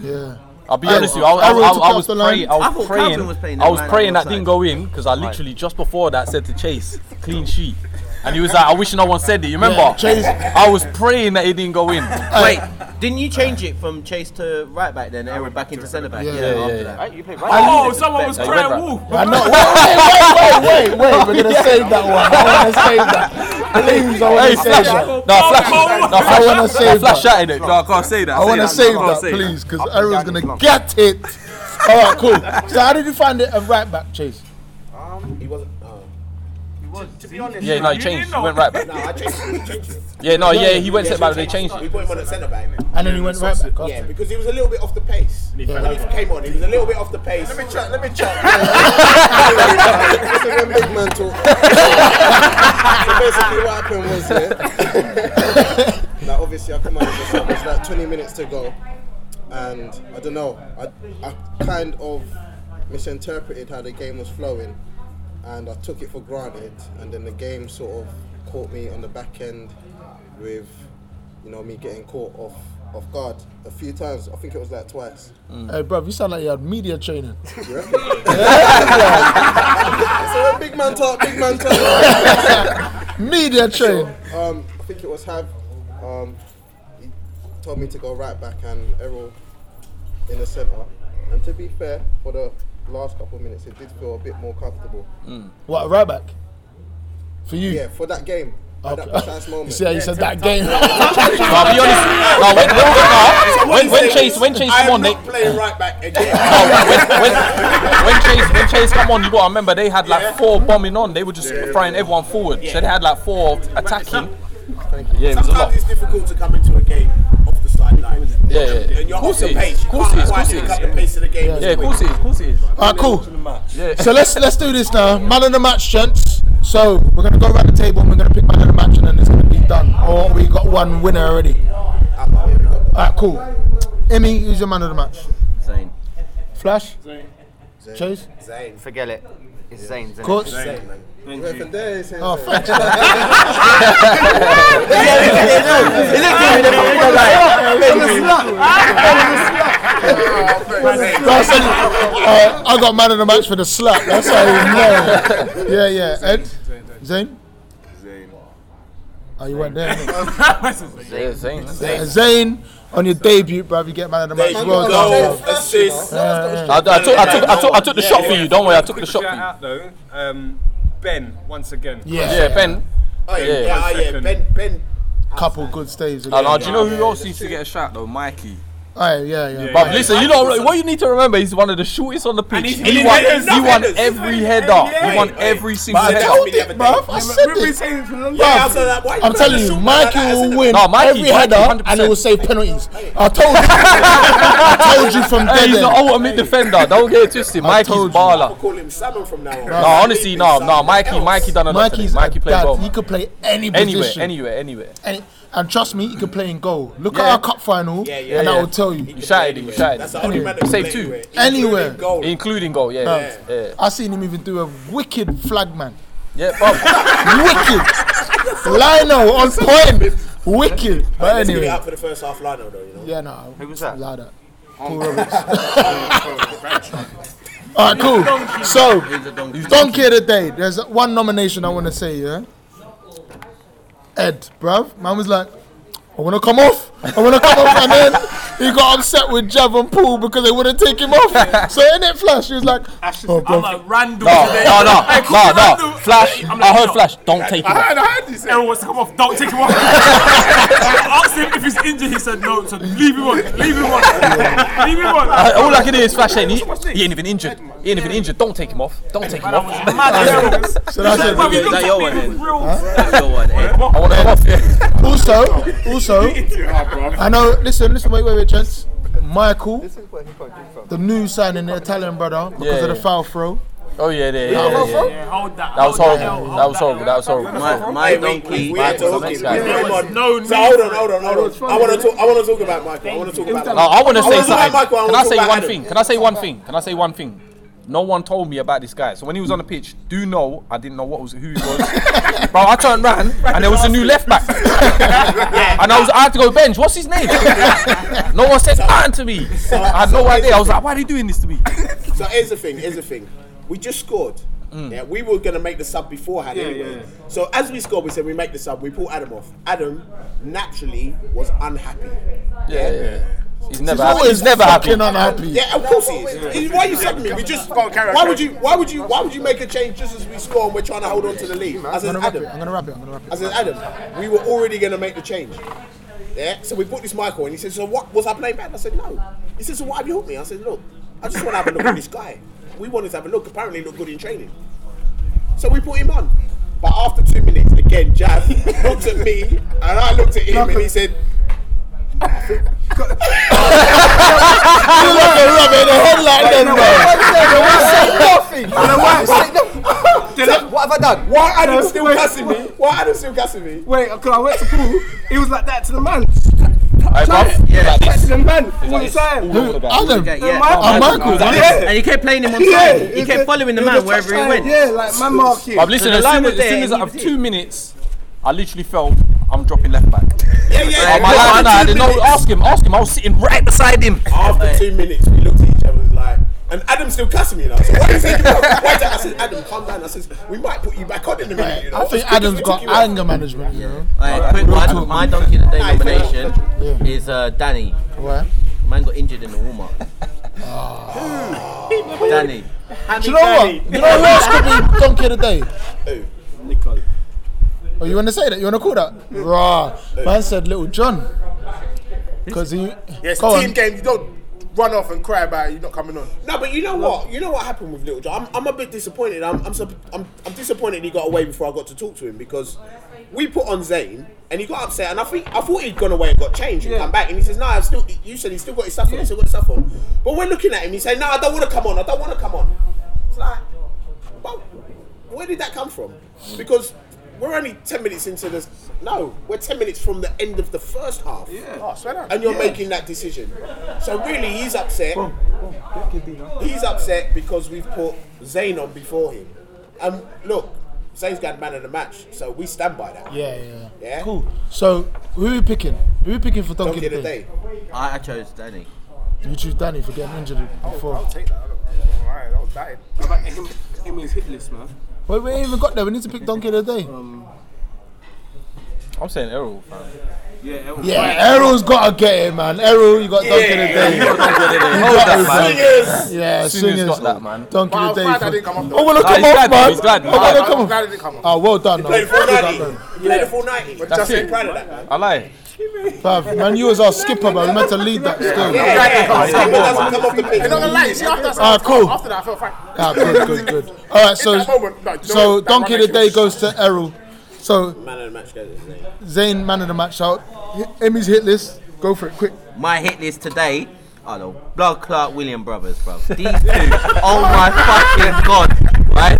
Speaker 1: Yeah.
Speaker 9: I'll be
Speaker 1: Hey,
Speaker 9: honest with you. I, I, I,
Speaker 1: Arrow took
Speaker 9: I
Speaker 1: off
Speaker 9: was
Speaker 1: the line.
Speaker 9: praying. I
Speaker 3: I
Speaker 9: was
Speaker 3: thought Calvin
Speaker 9: praying.
Speaker 3: was playing
Speaker 9: I
Speaker 3: the
Speaker 9: was
Speaker 3: man
Speaker 9: praying that
Speaker 3: outside.
Speaker 9: didn't go in because I literally just before that said to Chase, clean sheet, and he was like, "I wish no one said it." You remember?
Speaker 1: Yeah, Chase-
Speaker 9: I was praying that it didn't go in.
Speaker 3: Wait, didn't you change it from chase to right back then, Errol back into centre back?
Speaker 1: Yeah, yeah,
Speaker 3: after
Speaker 9: yeah.
Speaker 3: that.
Speaker 6: Right, you play
Speaker 2: Oh, someone was
Speaker 9: They went
Speaker 2: crying
Speaker 9: round.
Speaker 2: wolf.
Speaker 1: I know. Wait, wait, wait, wait, wait. We're gonna save that one. I wanna save that. Please, I wanna
Speaker 9: Hey,
Speaker 1: save
Speaker 9: Flash!
Speaker 1: that.
Speaker 9: No, Flash! No,
Speaker 1: I
Speaker 9: Flash!
Speaker 1: wanna save
Speaker 9: Flash
Speaker 1: that.
Speaker 9: shouted it. No, I can't say that.
Speaker 1: I wanna
Speaker 9: say
Speaker 1: save
Speaker 9: that. I can't
Speaker 1: that,
Speaker 9: say that.
Speaker 1: please, because
Speaker 6: Up and
Speaker 1: Errol's
Speaker 6: down
Speaker 1: gonna
Speaker 6: is long.
Speaker 1: get it. All right, cool. So how did you find it at right back, Chase?
Speaker 4: He wasn't. Oh.
Speaker 2: To be honest,
Speaker 9: Yeah, no, he
Speaker 2: you
Speaker 9: changed.
Speaker 2: didn't
Speaker 9: He
Speaker 2: know.
Speaker 9: went right back.
Speaker 4: No, I changed him. Changed him.
Speaker 9: Yeah, no, yeah, he went set back. They changed
Speaker 4: We
Speaker 9: it.
Speaker 4: put him on at centre back.
Speaker 1: And then he went right back.
Speaker 4: Yeah,
Speaker 1: after.
Speaker 4: because he was a little bit off the pace. When he came on, he was a little bit off the pace. Let me check. Let me
Speaker 12: That's a big man talk. so basically, what happened was, yeah, like obviously I come out with the was like 20 minutes to go, and I don't know, I, I kind of misinterpreted how the game was flowing, and I took it for granted, and then the game sort of caught me on the back end with, you know, me getting caught off off guard a few times. I think it was like twice.
Speaker 1: Hey, bruv, you sound like you had media training.
Speaker 12: You reckon? so big man talk, big man talk.
Speaker 1: Media training.
Speaker 12: Um, I think it was Hav. Um, he told me to go right back and Errol in the centre. And to be fair, for the last couple of minutes, it did feel a bit more comfortable.
Speaker 1: What, right back? For you?
Speaker 12: Yeah, for that game, at that precise
Speaker 1: Hmm. You
Speaker 12: moment.
Speaker 1: see how you said that game?
Speaker 9: No, I'll be honest. No, when, when, no, when, when Chase, when Chase
Speaker 4: I
Speaker 9: come
Speaker 4: am
Speaker 9: on, they,
Speaker 4: not playing right back again.
Speaker 9: No, when, when, when Chase when Chase come on, you gotta remember they had like four bombing on. They were just throwing everyone forward. So they had like four attacking. Yeah, it was a lot.
Speaker 4: Sometimes it's difficult to come into a game off the sideline.
Speaker 9: Yeah, yeah, yeah.
Speaker 4: And you're
Speaker 9: Course
Speaker 4: off the
Speaker 9: it is.
Speaker 4: pace. You
Speaker 9: Course it
Speaker 4: can't
Speaker 9: is,
Speaker 4: quite
Speaker 9: course it
Speaker 4: pick
Speaker 9: is.
Speaker 4: up the pace of the game. as
Speaker 9: Yeah, of
Speaker 4: quick.
Speaker 9: course it is, of course it is.
Speaker 1: Alright, cool. So let's let's do this now. Man of the match, gents. So we're gonna go around the table and we're gonna pick man of the match and then it's gonna be done. Or we got one winner already. Alright, cool. Emmy, who's your man of the match?
Speaker 3: Zane.
Speaker 1: Flash? Chase?
Speaker 4: Zane.
Speaker 6: Forget it. It's Zane's. innit?
Speaker 1: Courts?
Speaker 4: Zane, man.
Speaker 8: Benji.
Speaker 4: uh,
Speaker 1: Oh, Flash. That's it. Uh, I got man of the match for the slap. That's how you know. Yeah, yeah. Ed? Zane? Oh, you went there. innit?
Speaker 9: Yeah, Zane.
Speaker 1: Yeah, Zane, on your debut, bruv, you get man of the match.
Speaker 4: Zane,
Speaker 1: Well done,
Speaker 4: goal,
Speaker 1: bruv.
Speaker 4: assist.
Speaker 9: I, I took, I, took, I, took, I took the shot for you. Don't worry, I took the
Speaker 10: Quick
Speaker 9: shot
Speaker 10: shout
Speaker 9: for you.
Speaker 10: out though, um, Ben once again.
Speaker 1: Yeah.
Speaker 9: Yeah, Ben.
Speaker 4: Oh, yeah,
Speaker 9: Yeah.
Speaker 4: yeah, yeah. Ben, Ben.
Speaker 1: Couple good staves.
Speaker 9: And, uh,
Speaker 1: Again.
Speaker 9: do you know who else needs to get a shot though? Mikey.
Speaker 1: Oh, yeah, yeah.
Speaker 10: Yeah.
Speaker 9: But listen, you know what you need to remember? He's one of the shortest on the pitch.
Speaker 8: he's-
Speaker 9: He
Speaker 8: he's
Speaker 9: won,
Speaker 8: headers,
Speaker 9: he won
Speaker 8: headers.
Speaker 9: every
Speaker 8: He's
Speaker 9: header. He
Speaker 8: headers.
Speaker 9: won
Speaker 4: Hey, hey.
Speaker 9: every single
Speaker 4: But I
Speaker 9: header.
Speaker 1: told it, bruv. I said it.
Speaker 4: Yeah, so that- why you
Speaker 1: I'm
Speaker 4: put
Speaker 1: telling
Speaker 4: the
Speaker 1: you,
Speaker 4: shoot
Speaker 1: Mikey
Speaker 4: like that?
Speaker 1: will win
Speaker 9: No, Mikey,
Speaker 1: every
Speaker 9: Mikey,
Speaker 1: header and he
Speaker 9: 100%.
Speaker 1: will save penalties. I told you. I told you from
Speaker 9: Hey,
Speaker 1: dead
Speaker 9: he's an
Speaker 1: end.
Speaker 9: ultimate defender. Don't get it twisted. Mikey's
Speaker 1: told you.
Speaker 9: baller.
Speaker 4: Call him Salmon from now on.
Speaker 9: No, honestly, no, no. Mikey, Mikey done enough.
Speaker 1: Mikey's
Speaker 9: Mikey's Mikey
Speaker 1: a
Speaker 9: played
Speaker 1: dad.
Speaker 9: well.
Speaker 1: He
Speaker 9: man.
Speaker 1: could play any
Speaker 9: Anywhere,
Speaker 1: position.
Speaker 9: anywhere, anywhere.
Speaker 1: And, and trust me, he could play in goal. Look at
Speaker 9: Yeah.
Speaker 1: our cup final,
Speaker 4: Yeah, yeah,
Speaker 1: and I
Speaker 9: yeah.
Speaker 1: will tell you.
Speaker 9: You shouted it. You shouted
Speaker 4: That's
Speaker 9: it.
Speaker 4: the only man that
Speaker 9: He
Speaker 4: can
Speaker 9: saved
Speaker 4: play
Speaker 9: two.
Speaker 4: anywhere.
Speaker 1: Anywhere.
Speaker 4: Including goal.
Speaker 9: Including goal, yeah. Yeah. yeah.
Speaker 1: I seen him even do a wicked flag man.
Speaker 9: Yeah, bro.
Speaker 1: Wicked. Lionel on point. Wicked. But
Speaker 4: Let's give it
Speaker 1: anyway.
Speaker 4: up for the first half line, though, you know.
Speaker 1: Yeah, no. Who
Speaker 6: was that? Oh.
Speaker 1: Like that. Paul Roberts. All right, cool. So, donkey of the day. There's one nomination I want to say, yeah? Ed, bruv. Man was like, I want to come off. I want to come off. And then he got upset with Javon Poole because they wouldn't take him off. So in it, Flash, he was like, oh,
Speaker 2: I'm
Speaker 1: bro.
Speaker 2: a random.
Speaker 1: No,
Speaker 2: today.
Speaker 1: no, no,
Speaker 2: Hey,
Speaker 1: no,
Speaker 2: call me
Speaker 1: no.
Speaker 2: random.
Speaker 9: Flash,
Speaker 2: I'm
Speaker 9: I
Speaker 2: like,
Speaker 9: heard
Speaker 2: no.
Speaker 9: Flash, don't take him off.
Speaker 2: heard you say. Everyone wants to come off. Don't take him off. I asked him if he's injured. He said no. So leave him on. Leave him on. Leave him on.
Speaker 9: I- Uh, all I can hear is Flash saying, he, he ain't even injured. He ain't even injured. Don't take him off. Don't take him off.
Speaker 1: So that's it.
Speaker 9: Is that your one, then? That's your one, eh?
Speaker 1: I
Speaker 9: want him off. yeah.
Speaker 1: Also, also, I know. Listen, listen. Wait, wait, wait, gents. Michael, the new signing, the Italian brother, because
Speaker 9: Yeah,
Speaker 1: of the
Speaker 9: yeah.
Speaker 1: foul throw.
Speaker 9: Oh yeah, yeah,
Speaker 1: Yeah,
Speaker 9: yeah, yeah,
Speaker 1: yeah,
Speaker 9: yeah.
Speaker 2: Hold that.
Speaker 9: That was
Speaker 2: hold
Speaker 9: horrible. That was horrible. That was horrible.
Speaker 3: My, my donkey.
Speaker 4: We had to hook
Speaker 9: next
Speaker 4: him.
Speaker 9: guy.
Speaker 4: There was
Speaker 2: no
Speaker 4: So hold on, hold on, hold on. I want to talk. I want to talk about Michael. I want to talk about.
Speaker 9: No, I want to say
Speaker 4: wanna talk about
Speaker 9: something.
Speaker 4: Michael,
Speaker 9: Can I
Speaker 4: wanna
Speaker 9: say
Speaker 4: talk about
Speaker 9: one
Speaker 4: Adam.
Speaker 9: thing? Can I say one thing? Can I say one thing? No one told me about this guy. So when he was on the pitch, do know I didn't know what was who he was. Bro, I turned round and there was a new left back. and I was I had to go bench. What's his name? no one said nothing to me. I had no idea. I was like, why are they doing this to me?
Speaker 4: So here's the thing. Here's the thing. We just scored. Yeah, we were gonna make the sub beforehand
Speaker 8: Yeah,
Speaker 4: anyway.
Speaker 8: yeah,
Speaker 4: So as we scored, we said we make the sub. We pull Adam off. Adam naturally was unhappy.
Speaker 9: Yeah, yeah. He's
Speaker 1: He's
Speaker 9: never happy.
Speaker 1: always
Speaker 9: He's never happy.
Speaker 1: fucking unhappy.
Speaker 4: Yeah, of course he is. He- Why are you subbing me? We just. Why would you? Why would you? Why would you make a change just as we score and we're trying to hold on to the lead? I said,
Speaker 1: I'm gonna wrap it.
Speaker 4: Adam.
Speaker 1: I'm gonna wrap it. I'm gonna wrap it.
Speaker 4: I said, Adam, we were already going to make the change. Yeah. So we brought this Michael, and he said, "So what was I playing bad?" I said, "No." He said, "So why have you hooked me?" I said, "Look, I just want to have a look at this guy. We wanted to have a look. Apparently, he looked good in training. So we put him on. But after two minutes, again, Jab looked at me, and I looked at him, and he said."
Speaker 6: What have I done?
Speaker 4: Why Adam still cussing me? Why Adam still cussing me?
Speaker 13: Wait, because I went to pool, it was like that to the man.
Speaker 9: Hey, bruv,
Speaker 13: Yeah, that
Speaker 9: like this.
Speaker 13: to the man all
Speaker 9: Like
Speaker 13: the
Speaker 9: this.
Speaker 13: time.
Speaker 9: All over the guy.
Speaker 1: Adam.
Speaker 3: Yeah, yeah.
Speaker 13: Michael.
Speaker 1: Oh, Michael.
Speaker 13: Yeah.
Speaker 3: And he kept playing him on
Speaker 13: Yeah,
Speaker 3: side. He
Speaker 13: it's
Speaker 3: kept
Speaker 13: a-
Speaker 3: following the
Speaker 13: it's a
Speaker 3: man wherever he
Speaker 13: touchline.
Speaker 3: went.
Speaker 13: Yeah, like man marking.
Speaker 9: Bruv, listen,
Speaker 3: the
Speaker 9: as
Speaker 3: line
Speaker 9: soon
Speaker 3: was
Speaker 9: as, as,
Speaker 3: there,
Speaker 9: soon as
Speaker 3: he
Speaker 9: I have
Speaker 3: was
Speaker 9: two minutes, I literally felt I'm dropping left back.
Speaker 4: Yeah, yeah.
Speaker 9: Like, my
Speaker 4: After
Speaker 9: line,
Speaker 4: two
Speaker 9: I didn't know.
Speaker 4: minutes-
Speaker 9: Ask him. Ask him. I was sitting right beside him.
Speaker 4: After two minutes, we looked at each other and was like, and Adam's still cussing me. And I was like, what are you thinking about? Why did I said, Adam, calm down. I says, we might put you back on in a minute. You know?
Speaker 1: I think
Speaker 4: Just
Speaker 1: Adam's
Speaker 4: because we
Speaker 1: got
Speaker 4: took you out.
Speaker 1: anger management. You know
Speaker 3: Alright, quick one. My donkey of the day
Speaker 4: Nice.
Speaker 3: nomination is uh, Danny.
Speaker 1: why?
Speaker 3: Man got injured in the warm up. Danny.
Speaker 1: Do you know what? Do you know who else could be donkey of the day?
Speaker 8: Nicole.
Speaker 1: Oh, you want to say that? You want to call that? Raw. Man said Little John. Because he.
Speaker 11: Yes,
Speaker 1: Go
Speaker 11: team
Speaker 1: on.
Speaker 11: game. You don't run off and cry about it, you're not coming on.
Speaker 4: No, but you know what? You know what happened with Little John. I'm, I'm a bit disappointed. I'm I'm, sup- I'm I'm disappointed he got away before I got to talk to him because we put on Zayn and he got upset and I think I thought he'd gone away and got changed and come back and he says, "No, I've still." You said he's still got his stuff on. He's still got his stuff on. But we're looking at him. He's saying, "No, I don't want to come on. I don't want to come on." It's like, well, where did that come from? Because. We're only ten minutes into this. No, we're ten minutes from the end of the first half,
Speaker 11: Oh, swear down.
Speaker 4: and you're making that decision. So really, he's upset. He's upset because we've put Zayn on before him. And look, Zayn's got man of the match, so we stand by that.
Speaker 1: Yeah, yeah,
Speaker 4: Yeah?
Speaker 1: Cool. So, who are you picking? Who are you picking for donkey
Speaker 4: Donkey
Speaker 1: of
Speaker 4: of the
Speaker 1: day?
Speaker 4: day.
Speaker 3: I, I chose Danny.
Speaker 1: You choose Danny for getting injured before.
Speaker 11: Take that. I don't- all right, that was dying.
Speaker 8: How about him, him is hitless, man?
Speaker 1: Wait, we ain't even got there. We need to pick donkey of the day.
Speaker 9: Oh, I'm saying Errol. fam.
Speaker 8: Yeah, Errol.
Speaker 1: Yeah, Errol's got to get it, man. Errol, you got donkey of the day.
Speaker 9: Hold that, man.
Speaker 1: Yeah,
Speaker 9: Soon as
Speaker 1: singers
Speaker 9: got that, man.
Speaker 1: Donkey
Speaker 11: But
Speaker 1: of
Speaker 11: I'm
Speaker 1: the day.
Speaker 11: glad
Speaker 1: for-
Speaker 11: I didn't come off, though.
Speaker 1: I wanna
Speaker 9: Nah,
Speaker 1: come
Speaker 9: he's
Speaker 1: off,
Speaker 9: glad, man.
Speaker 1: man.
Speaker 9: He's glad, man.
Speaker 1: I wanna
Speaker 9: Nah,
Speaker 1: come
Speaker 11: I'm
Speaker 1: off.
Speaker 11: glad it didn't come off.
Speaker 1: Ah, well done.
Speaker 4: Played
Speaker 1: man.
Speaker 4: the full
Speaker 1: Well done,
Speaker 4: 90.
Speaker 1: man.
Speaker 4: Played the full 90. We're just
Speaker 9: it.
Speaker 4: proud of that, man.
Speaker 1: I lie. Bruv, man, you was our skipper, man. We meant to lead that still.
Speaker 4: Yeah, yeah, yeah. Skipper doesn't come off the pitch.
Speaker 11: You're not gonna lie. you See, after that,
Speaker 1: Ah, cool.
Speaker 11: after that, I felt fine.
Speaker 1: Ah, good, good, good. All right, so
Speaker 11: that moment, no, you know
Speaker 1: so
Speaker 11: what? That
Speaker 1: donkey of the
Speaker 11: one
Speaker 1: day
Speaker 11: makes you-
Speaker 1: goes to Errol. So
Speaker 4: Man of the match goes to Zayn.
Speaker 1: Zayn man of the match out. Emmy's hit list. Go for it, quick.
Speaker 3: My hit list today. Oh no, Blood Clark William brothers, bro. These two. oh my fucking god. Right?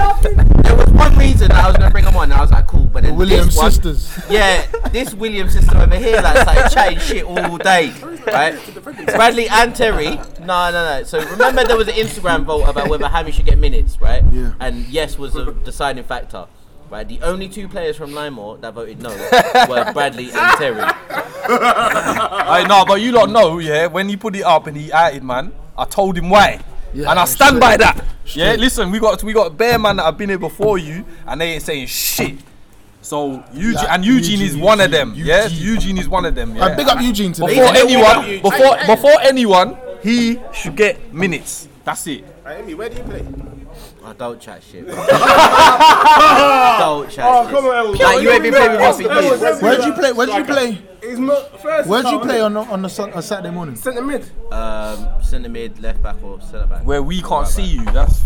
Speaker 3: There was one reason that I was gonna bring them on. And I was like, cool, but then
Speaker 1: Williams
Speaker 3: this one,
Speaker 1: sisters.
Speaker 3: Yeah, this Williams sister over here, like, like chatting shit all day, right? Bradley and Terry. No, no, no. So remember, there was an Instagram vote about whether Hammy should get minutes, right?
Speaker 1: Yeah.
Speaker 3: And yes was the deciding factor. Right, the only two players from Lymore that voted no were Bradley and Terry.
Speaker 9: Hey, no, but you lot know, yeah. When he put it up and he outed, man, I told him why,
Speaker 1: Yeah,
Speaker 9: and I
Speaker 1: yeah,
Speaker 9: stand
Speaker 1: straight.
Speaker 9: by that. Yeah,
Speaker 1: Straight.
Speaker 9: listen, we got we got bear man that have been here before you, and they ain't saying shit. So Eugene
Speaker 1: Like
Speaker 9: and Eugene, is
Speaker 1: Eugene,
Speaker 9: one of them. yeah, Eugene is one of them. Yeah.
Speaker 1: And big up Eugene today.
Speaker 9: Before
Speaker 1: Hey, hey,
Speaker 9: anyone,
Speaker 1: hey, hey,
Speaker 9: before
Speaker 1: hey.
Speaker 9: before anyone, he should get minutes. That's it.
Speaker 4: Hey, Amy, where do you play?
Speaker 3: Oh, don't chat shit. bro. don't chat
Speaker 13: Oh,
Speaker 3: shit.
Speaker 13: come on, Elwood.
Speaker 3: Like, you ain't been playing with us for
Speaker 13: Elwood,
Speaker 3: years.
Speaker 13: Elwood,
Speaker 1: Where'd you play? Where'd you play?
Speaker 13: He's mo- first.
Speaker 1: Where'd you
Speaker 13: start,
Speaker 1: play
Speaker 13: innit?
Speaker 1: on the, on the sun, on Saturday morning?
Speaker 13: Centre mid.
Speaker 3: Um, centre mid, left back, or centre back.
Speaker 9: Where we can't
Speaker 3: Right
Speaker 9: see
Speaker 3: back.
Speaker 9: you. That's.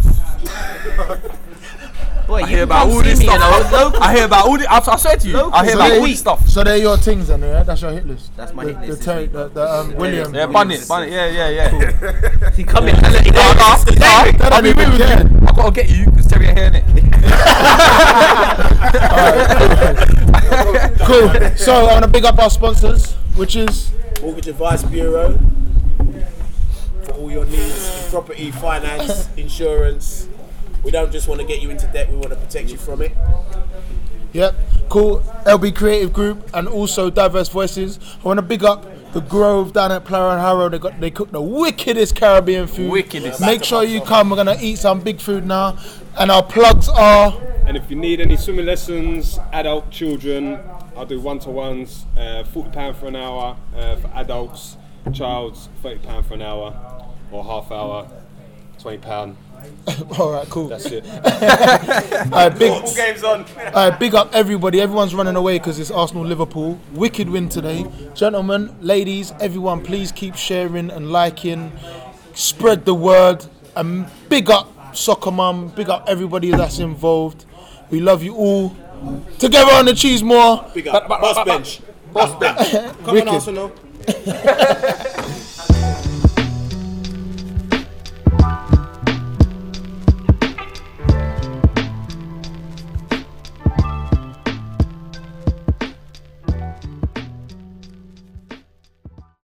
Speaker 3: Boy,
Speaker 9: I
Speaker 3: you
Speaker 9: hear about
Speaker 3: can't
Speaker 9: all
Speaker 3: see
Speaker 9: this
Speaker 3: me, you know,
Speaker 9: stuff.
Speaker 3: local.
Speaker 9: I hear about all this. I I swear to you, I hear
Speaker 1: So
Speaker 9: about
Speaker 1: they-
Speaker 9: all this stuff.
Speaker 1: So they're your things, then, yeah? That's your hit list.
Speaker 3: That's my
Speaker 1: the,
Speaker 3: hit list
Speaker 1: The,
Speaker 3: this
Speaker 1: Terry-
Speaker 3: week,
Speaker 1: the,
Speaker 3: bro.
Speaker 1: the, um, William.
Speaker 9: Yeah, bun it, bun it. Yeah, yeah, yeah.
Speaker 3: He come in. I let you
Speaker 9: Nah,
Speaker 3: go.
Speaker 9: nah, nah, I'll be real with you. I gotta get you because Terry ain't here, innit?
Speaker 1: Cool. So I want to big up our sponsors, which is
Speaker 4: Mortgage Advice Bureau for all your needs in property, finance, insurance. We don't just want to get you into debt, we want to protect you from it.
Speaker 1: Yep, cool. LB Creative Group and also Diverse Voices. I want to big up the Grove down at Playa and Harrow. They got they cook the wickedest Caribbean food.
Speaker 9: Wickedest.
Speaker 1: Make sure you come. We're gonna eat some big food now. And our plugs are
Speaker 10: And if you need any swimming lessons, adult, children, I do one to ones, uh, £40 for an hour uh, for adults, child's £30 for an hour or half hour, £20.
Speaker 1: all right, cool.
Speaker 10: That's it.
Speaker 1: All right, big, all
Speaker 10: game's on.
Speaker 1: right, big up everybody. Everyone's running away because it's Arsenal Liverpool. Wicked win today, gentlemen, ladies, everyone. Please keep sharing and liking. Spread the word and big up soccer mum. Big up everybody that's involved. We love you all. Together on the cheese more.
Speaker 4: Big up. Boss bench.
Speaker 1: Wicked.
Speaker 12: Arsenal.